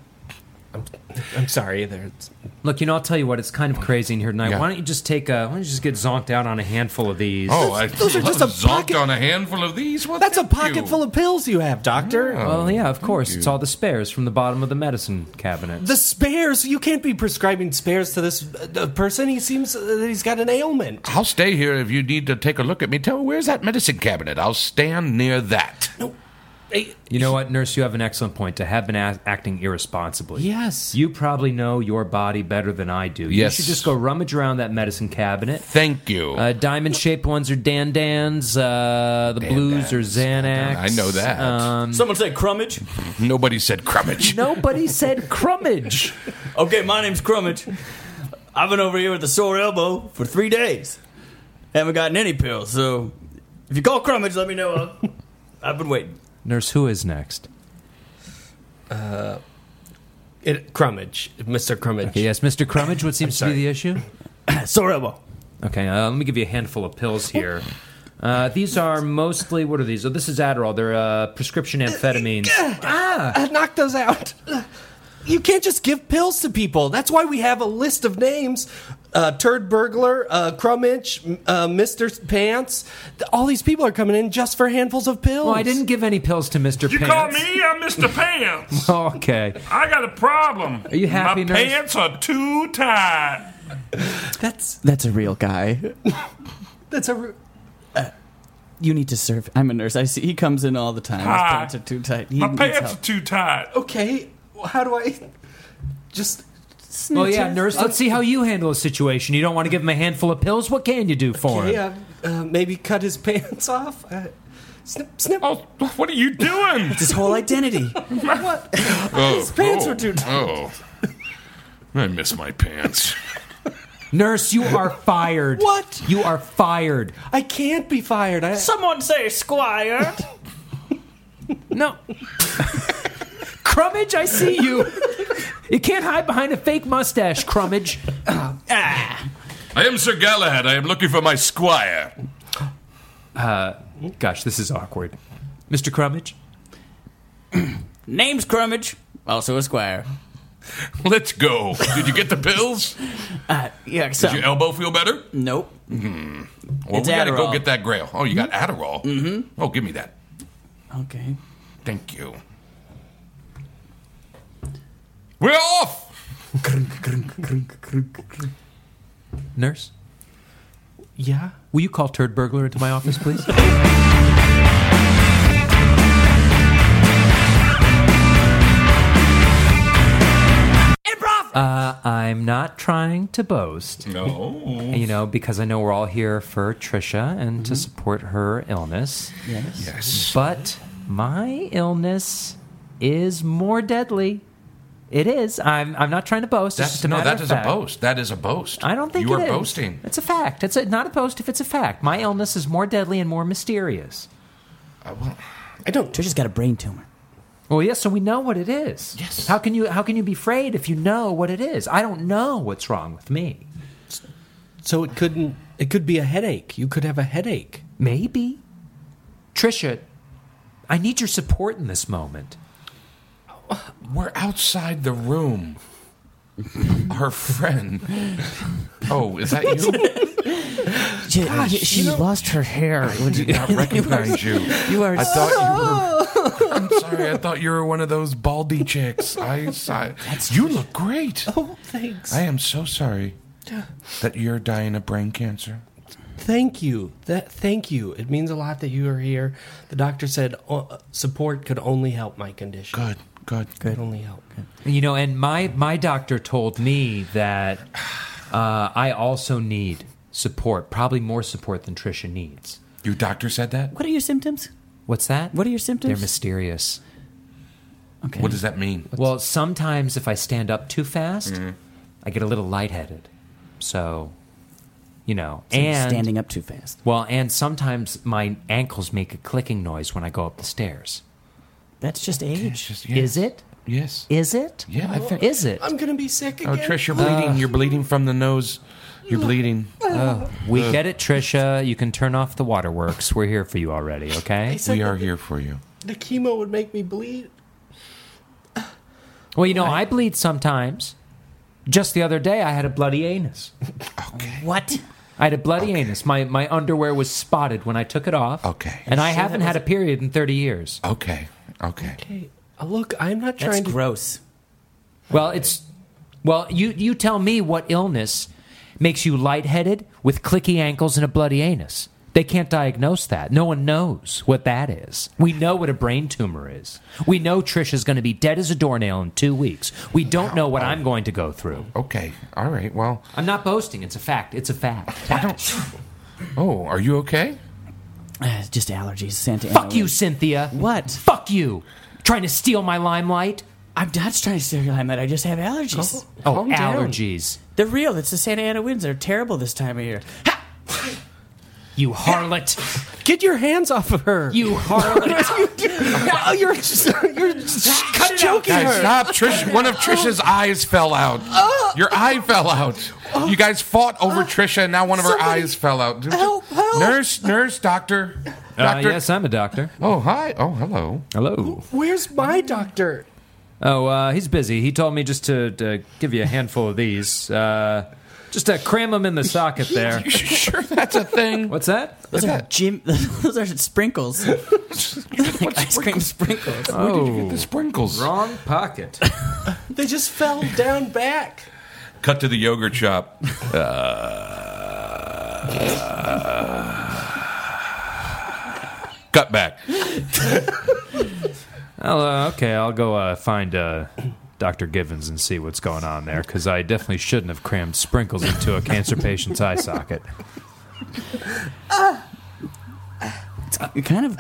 S7: I'm sorry. There's
S6: Look, you know, I'll tell you what. It's kind of crazy in here tonight.
S5: Yeah.
S6: Why don't you just take a? Why don't you just get zonked out on a handful of these?
S5: Oh, I
S1: Those are just a
S5: zonked
S1: pocket-
S5: on a handful of these. Well,
S2: That's a
S5: thank
S2: pocket
S5: you.
S2: full of pills you have, Doctor.
S6: well, yeah, of course. It's all the spares from the bottom of the medicine cabinet.
S7: the spares. You can't be prescribing spares to this uh, person. He seems uh, that he's got an ailment.
S5: I'll stay here if you need to take a look at me. Tell me where's that medicine cabinet. I'll stand near that.
S7: Hey,
S6: you know what, nurse? You have an excellent point. To have been a- acting irresponsibly.
S7: Yes.
S6: You probably know your body better than I do.
S5: Yes.
S6: You should just go rummage around that medicine cabinet.
S5: Thank you.
S6: Uh, diamond shaped ones are Dan Dan's. Uh, the blues are Xanax.
S5: I know that.
S6: Um,
S15: Someone say Crummage.
S5: Nobody said crummage.
S6: <laughs> nobody said crummage.
S15: Okay, my name's Crummage. I've been over here with a sore elbow for three days. Haven't gotten any pills, so if you call Crummage, let me know. I'll- I've been waiting.
S6: Nurse, who is next?
S7: It, Crummage, Mr. Crummage. <laughs>
S6: Okay, yes, Mr. Crummage, what seems to be the issue?
S15: Sore elbow.
S6: Okay, uh, let me give you a handful of pills here. Uh, these are mostly, what are these? Oh, this is Adderall. They're uh, prescription amphetamines.
S7: Uh, knock those out. You can't just give pills to people. That's why we have a list of names: uh, Turd Burglar, uh, Crummage, m- uh, Mister Pants. All these people are coming in just for handfuls of pills.
S6: Well, Oh, I didn't give any pills to Mr.
S16: You
S6: Pants.
S16: call me? I'm Mr. Pants.
S6: Oh, <laughs> okay.
S16: I got a problem.
S6: Are you happy,
S16: My
S6: nurse?
S16: pants are too tight.
S7: That's
S1: <clears throat> That's a real guy.
S7: that's a. r-
S1: You need to serve. I'm a nurse. I see. He comes in all the time. His
S16: Hi.
S1: pants are too tight. He
S16: My
S1: needs
S16: pants
S1: help.
S16: are too tight.
S7: Okay, well, how do I? Just
S6: Well, Oh, yeah, nurse, let's see how you handle a situation. You don't want to give him a handful of pills? What can you do for him?
S7: yeah, uh, maybe cut his <laughs> pants off. Uh, snip, snip.
S16: Oh, what are you
S10: <laughs>
S16: doing?
S1: His whole
S7: <laughs>
S1: identity.
S5: His
S7: pants are too tight.
S5: Oh. I miss my pants.
S6: Nurse, you are fired.
S7: What?
S6: You are fired.
S7: I can't be fired. I,
S15: Someone say Squire.
S6: No. Crummage, I see you. You can't hide behind a fake mustache, Crummage.
S5: I am Sir Galahad. I am looking for my squire.
S6: Gosh, this is awkward. Mr. Crummage?
S15: Name's Crummage. Also a Squire.
S5: Let's go. Did you get the pills?
S15: Yeah,
S5: Did
S15: so,
S5: your elbow feel better? Mm-hmm.
S15: nope.
S5: Well,
S15: It's
S5: we gotta go
S15: Adderall.
S5: get that grail. Oh, you got Adderall? Mm-hmm. Oh, give me that.
S1: Okay.
S5: Thank you. We're off!
S6: Nurse?
S7: yeah.
S6: Will you call Turd Burglar into my office, please?
S2: Improv.
S6: Uh, I'm not trying to boast,
S5: No.
S6: you know, because I know we're all here for Trisha and to support her illness.
S1: Yes.
S5: Yes.
S6: But my illness is more deadly. It is. I'm. I'm not trying to boast. it's
S5: That's,
S6: just a
S5: no,
S6: matter
S5: that
S6: of
S5: is
S6: fact.
S5: a boast. That is a boast.
S6: I don't think
S5: you
S6: it
S5: are
S6: is.
S5: boasting.
S6: It's a fact. It's a, not a boast if it's a fact. My illness is more deadly and more mysterious.
S7: I don't.
S1: Trisha's got a brain tumor.
S6: Well, yes. so we know what it is.
S5: Yes.
S6: How can you? How can you be afraid if you know what it is? I don't know what's wrong with me.
S7: So it couldn't. It could be a headache. You could have a headache.
S6: Maybe. Trisha, I need your support in this moment.
S5: We're outside the room. Her friend.
S6: <laughs>
S5: Oh, is that you?
S1: She, she lost her hair.
S5: I did not recognize you.
S1: You are
S5: I thought you
S7: Oh.
S5: were. I'm sorry. I thought you were one of those baldy chicks. I, I you look great.
S7: Oh, thanks.
S5: I am so sorry that you're dying of brain cancer.
S7: Thank you. That thank you. It means a lot that you are here. The doctor said uh, support could only help my condition.
S5: Good, good,
S7: Could only help.
S6: You know, and my my doctor told me that uh, I also need support, probably more support than Trisha needs.
S5: Your doctor said that.
S1: What are your symptoms?
S6: What's that?
S1: What are your symptoms?
S6: They're mysterious.
S1: Okay.
S5: What does that mean?
S6: Well, sometimes if I stand up too fast,
S5: Mm-hmm.
S6: I get a little lightheaded. So, you know,
S1: So you're
S6: and
S1: standing up too fast.
S6: well, and sometimes my ankles make a clicking noise when I go up the stairs.
S1: That's just
S5: It's
S1: age.
S5: just- yes.
S6: Is it?
S5: Yes.
S6: Is it?
S5: Yeah, I think.
S6: Is it?
S7: I'm gonna be sick
S5: Oh,
S7: again.
S5: Trish, you're bleeding. You're bleeding from the nose. You're bleeding.
S6: We get it, Trisha. You can turn off the waterworks. We're here for you already,
S7: They
S6: okay?
S7: said
S5: We are
S7: that
S5: here for you.
S7: The chemo would make me bleed.
S6: Well, you know, I bleed sometimes. Just the other day, I had a bloody anus.
S17: What?
S6: I had a bloody anus. My my underwear was spotted when I took it off. Okay. And I
S7: sure
S6: haven't
S7: that
S6: had a period in 30 years.
S5: Okay. Okay.
S7: Okay. Uh, look, I'm not
S6: That's
S7: trying to.
S1: gross.
S6: Well, it's well, you you tell me what illness makes you lightheaded with clicky ankles and a bloody anus. They can't diagnose that. No one knows what that is. We know what a brain tumor is. We know Trish is going to be dead as a doornail in 2 weeks. We don't know what I'm going to go through.
S5: Okay. All right. Well,
S6: I'm not boasting. It's a fact. It's a <laughs> fact.
S5: Oh, are you okay?
S1: Uh, just allergies, Santa.
S6: Fuck you, Cynthia.
S1: What?
S6: Fuck you. Trying to steal my limelight?
S1: I'm not trying to steal your limelight. I just have allergies.
S6: Oh, Calm down. allergies.
S1: They're real. It's the Santa Ana winds. They're terrible this time of year.
S6: You harlot.
S7: Get your hands off of her. <laughs>
S6: <laughs> You
S18: Uh,
S7: harlot. no, you're just, you're just cut joking
S5: Guys,
S7: her.
S5: stop! Trish, one of
S18: Oh.
S5: Trish's eyes fell out. Your eye fell out. You guys fought over Trisha, and now one of her
S18: Oh. somebody-
S5: eyes fell out.
S18: Help, help.
S5: Nurse, nurse, doctor,
S18: Uh,
S5: doctor.
S18: yes, I'm a doctor.
S5: Oh, hi. Oh, hello.
S18: Hello.
S7: Where's my doctor?
S18: Oh, uh, he's busy. He told me just to, to give you a handful of these. Uh, just to cram them in the socket
S6: <laughs>
S18: there.
S5: sure that's a thing?
S18: What's that?
S1: Those are Jim. <laughs> Those are sprinkles. like <laughs> ice cream sprinkles.
S5: Where did you get the sprinkles?
S18: Wrong pocket.
S7: They just fell down back.
S5: Cut to the yogurt <laughs> shop. cut back.
S18: I'll, uh, okay, I'll go uh, find uh, Dr. Givens and see what's going on there because I definitely shouldn't have crammed sprinkles into a cancer patient's eye socket.
S1: It kind of,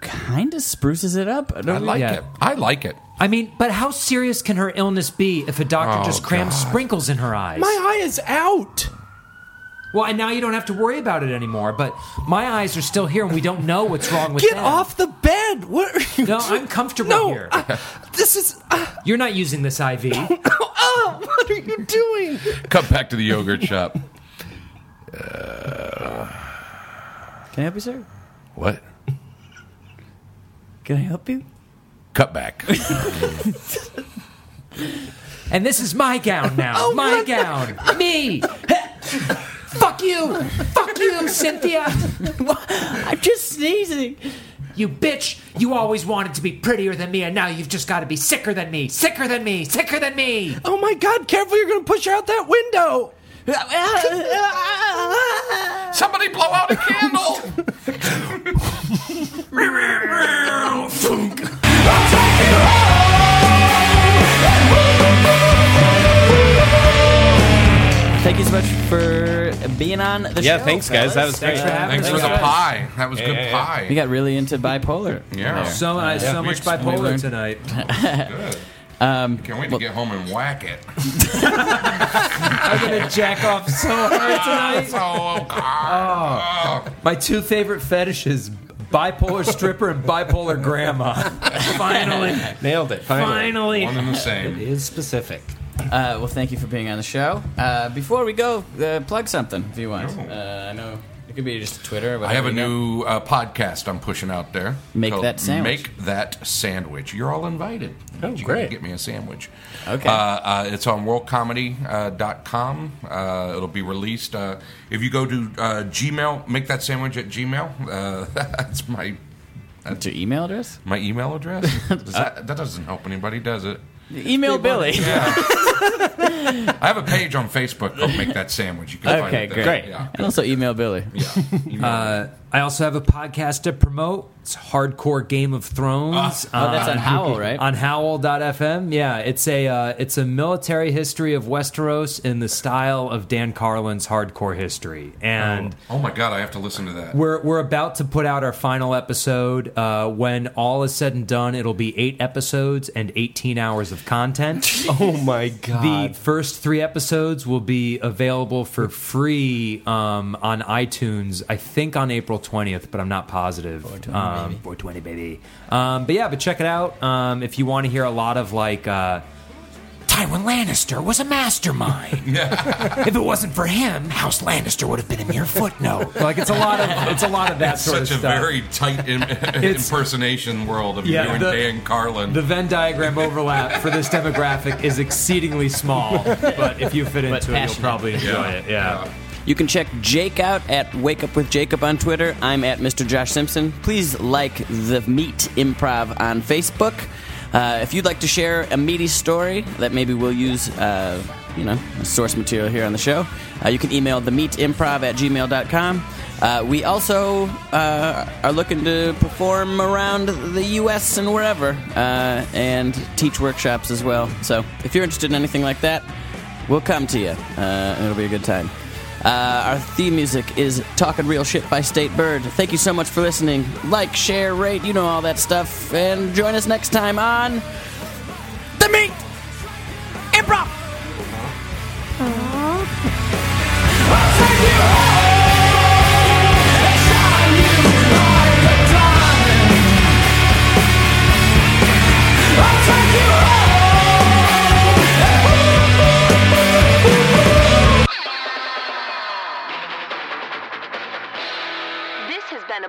S1: kind of spruces it up.
S5: I like it. I like it.
S6: I mean, but how serious can her illness be if a doctor
S5: Oh,
S6: just crams
S5: God.
S6: sprinkles in her eyes?
S7: My eye is out.
S6: Well, and now you don't have to worry about it anymore. But my eyes are still here, and we don't know what's wrong with
S7: Get
S6: them.
S7: off the bed. What are you <laughs>
S6: No,
S7: doing?
S6: I'm comfortable
S7: No,
S6: here.
S7: this is.
S6: You're not using this
S7: <laughs>
S6: IV.
S7: oh, what are you doing?
S5: Cut back to the yogurt shop.
S1: Can I help you, sir?
S5: <laughs> What?
S1: Can I help you?
S5: Cut back.
S6: and this is my gown now.
S17: Oh,
S6: my
S17: what the-
S6: gown. Me. <laughs> Fuck you. Fuck you, Cynthia.
S1: I'm just sneezing.
S6: You bitch. You always wanted to be prettier than me, and now you've just got to be sicker than me. Sicker than me. Sicker than me.
S7: Oh my God! Careful, you're gonna push her out that
S6: <laughs>
S7: window.
S5: Somebody blow out a <laughs> candle.
S1: Thank you so much for being on the
S7: Yeah,
S1: show.
S7: thanks, guys. That was Thanks great. for having
S5: Uh, Thanks
S7: us.
S5: for the
S7: Yeah.
S5: pie. That was
S7: Yeah,
S5: good
S7: yeah, yeah.
S5: pie.
S1: We got really into bipolar.
S5: Yeah. So, uh, so much bipolar
S18: tonight.
S1: um,
S5: Can't wait to get home and whack it.
S18: I'm going to jack off so hard tonight. Oh, my two favorite fetishes bipolar stripper and bipolar grandma. Finally.
S7: Nailed it. Oh.
S18: Finally. One
S5: and the same.
S7: It is specific.
S1: Uh, well, thank you for being on the show. Uh, before we go, uh, plug something if you want. Uh, I know it could be just Twitter. Or
S5: I
S1: whatever
S5: have a
S1: you got.
S5: new uh, podcast I'm pushing out there.
S1: Make
S5: called
S1: That Sandwich.
S5: Make that sandwich. You're all invited. Oh, you
S1: great.
S5: gotta Get me a sandwich.
S1: Okay.
S5: Uh, uh, it's on worldcomedy.com. Uh, uh, it'll be released. Uh, if you go to uh, Gmail, make that sandwich at Gmail. Uh, <laughs> that's my.
S1: That's your email address?
S5: My email address? Does that, that doesn't help anybody, does it?
S1: Email Billy.
S5: <laughs> I have a page on Facebook called Make That Sandwich. You can find
S1: <laughs> okay,
S5: it there.
S1: great.
S5: Yeah.
S1: And also email Billy.
S18: Uh, I also have a podcast to promote. It's Hardcore Game of Thrones. uh,
S1: Ah. Oh, that's
S6: <laughs>
S1: on Howl, right?
S18: On Howl.fm. Yeah, it's a uh, it's a military history of Westeros in the style of Dan Carlin's Hardcore History. And
S5: oh, oh my god, I have to listen to that.
S18: we're we're about to put out our final episode. Uh, when all is said and done, it'll be eight episodes and eighteen hours of
S5: <laughs>
S18: content.
S7: Oh my
S18: The first three episodes will be available for free um, on iTunes. I think on April twentieth, but I'm not positive. 420, um, baby. 420 baby. Um, but yeah, but check it out um, if you want to hear a lot of like. Uh,
S19: Tywin Lannister was a mastermind. if it wasn't for him, House Lannister would have been a mere footnote.
S6: Like it's a lot of it's a lot of that
S5: It's
S6: sort
S5: such
S6: of
S5: a
S6: stuff.
S5: very tight im-
S6: <laughs>
S5: <laughs>
S6: It's-
S5: impersonation world of
S6: Yeah,
S5: you and
S6: the-
S5: Dan Carlin.
S6: the Venn diagram overlap for this demographic is exceedingly small, but if you fit into it, you'll
S1: passionate.
S6: probably enjoy
S1: Yeah.
S6: it. Yeah.
S1: You can check Jake out at Wake Up with Jacob on Twitter. I'm at Mr. Josh Simpson. Please like the Meat Improv on Facebook. Uh, if you'd like to share a meaty story that maybe we'll use, uh, you know, as source material here on the show, uh, you can email themeatimprov at gmail.com. Uh, we also uh, are looking to perform around the U.S. and wherever uh, and teach workshops as well. So if you're interested in anything like that, We'll come to you. Uh, it'll be a good time. Uh, our theme music is Talking Real Shit by State Bird. Thank you so much for listening. Like, share, rate, you know all that stuff. And join us next time on The Meat Improv!
S20: This has been a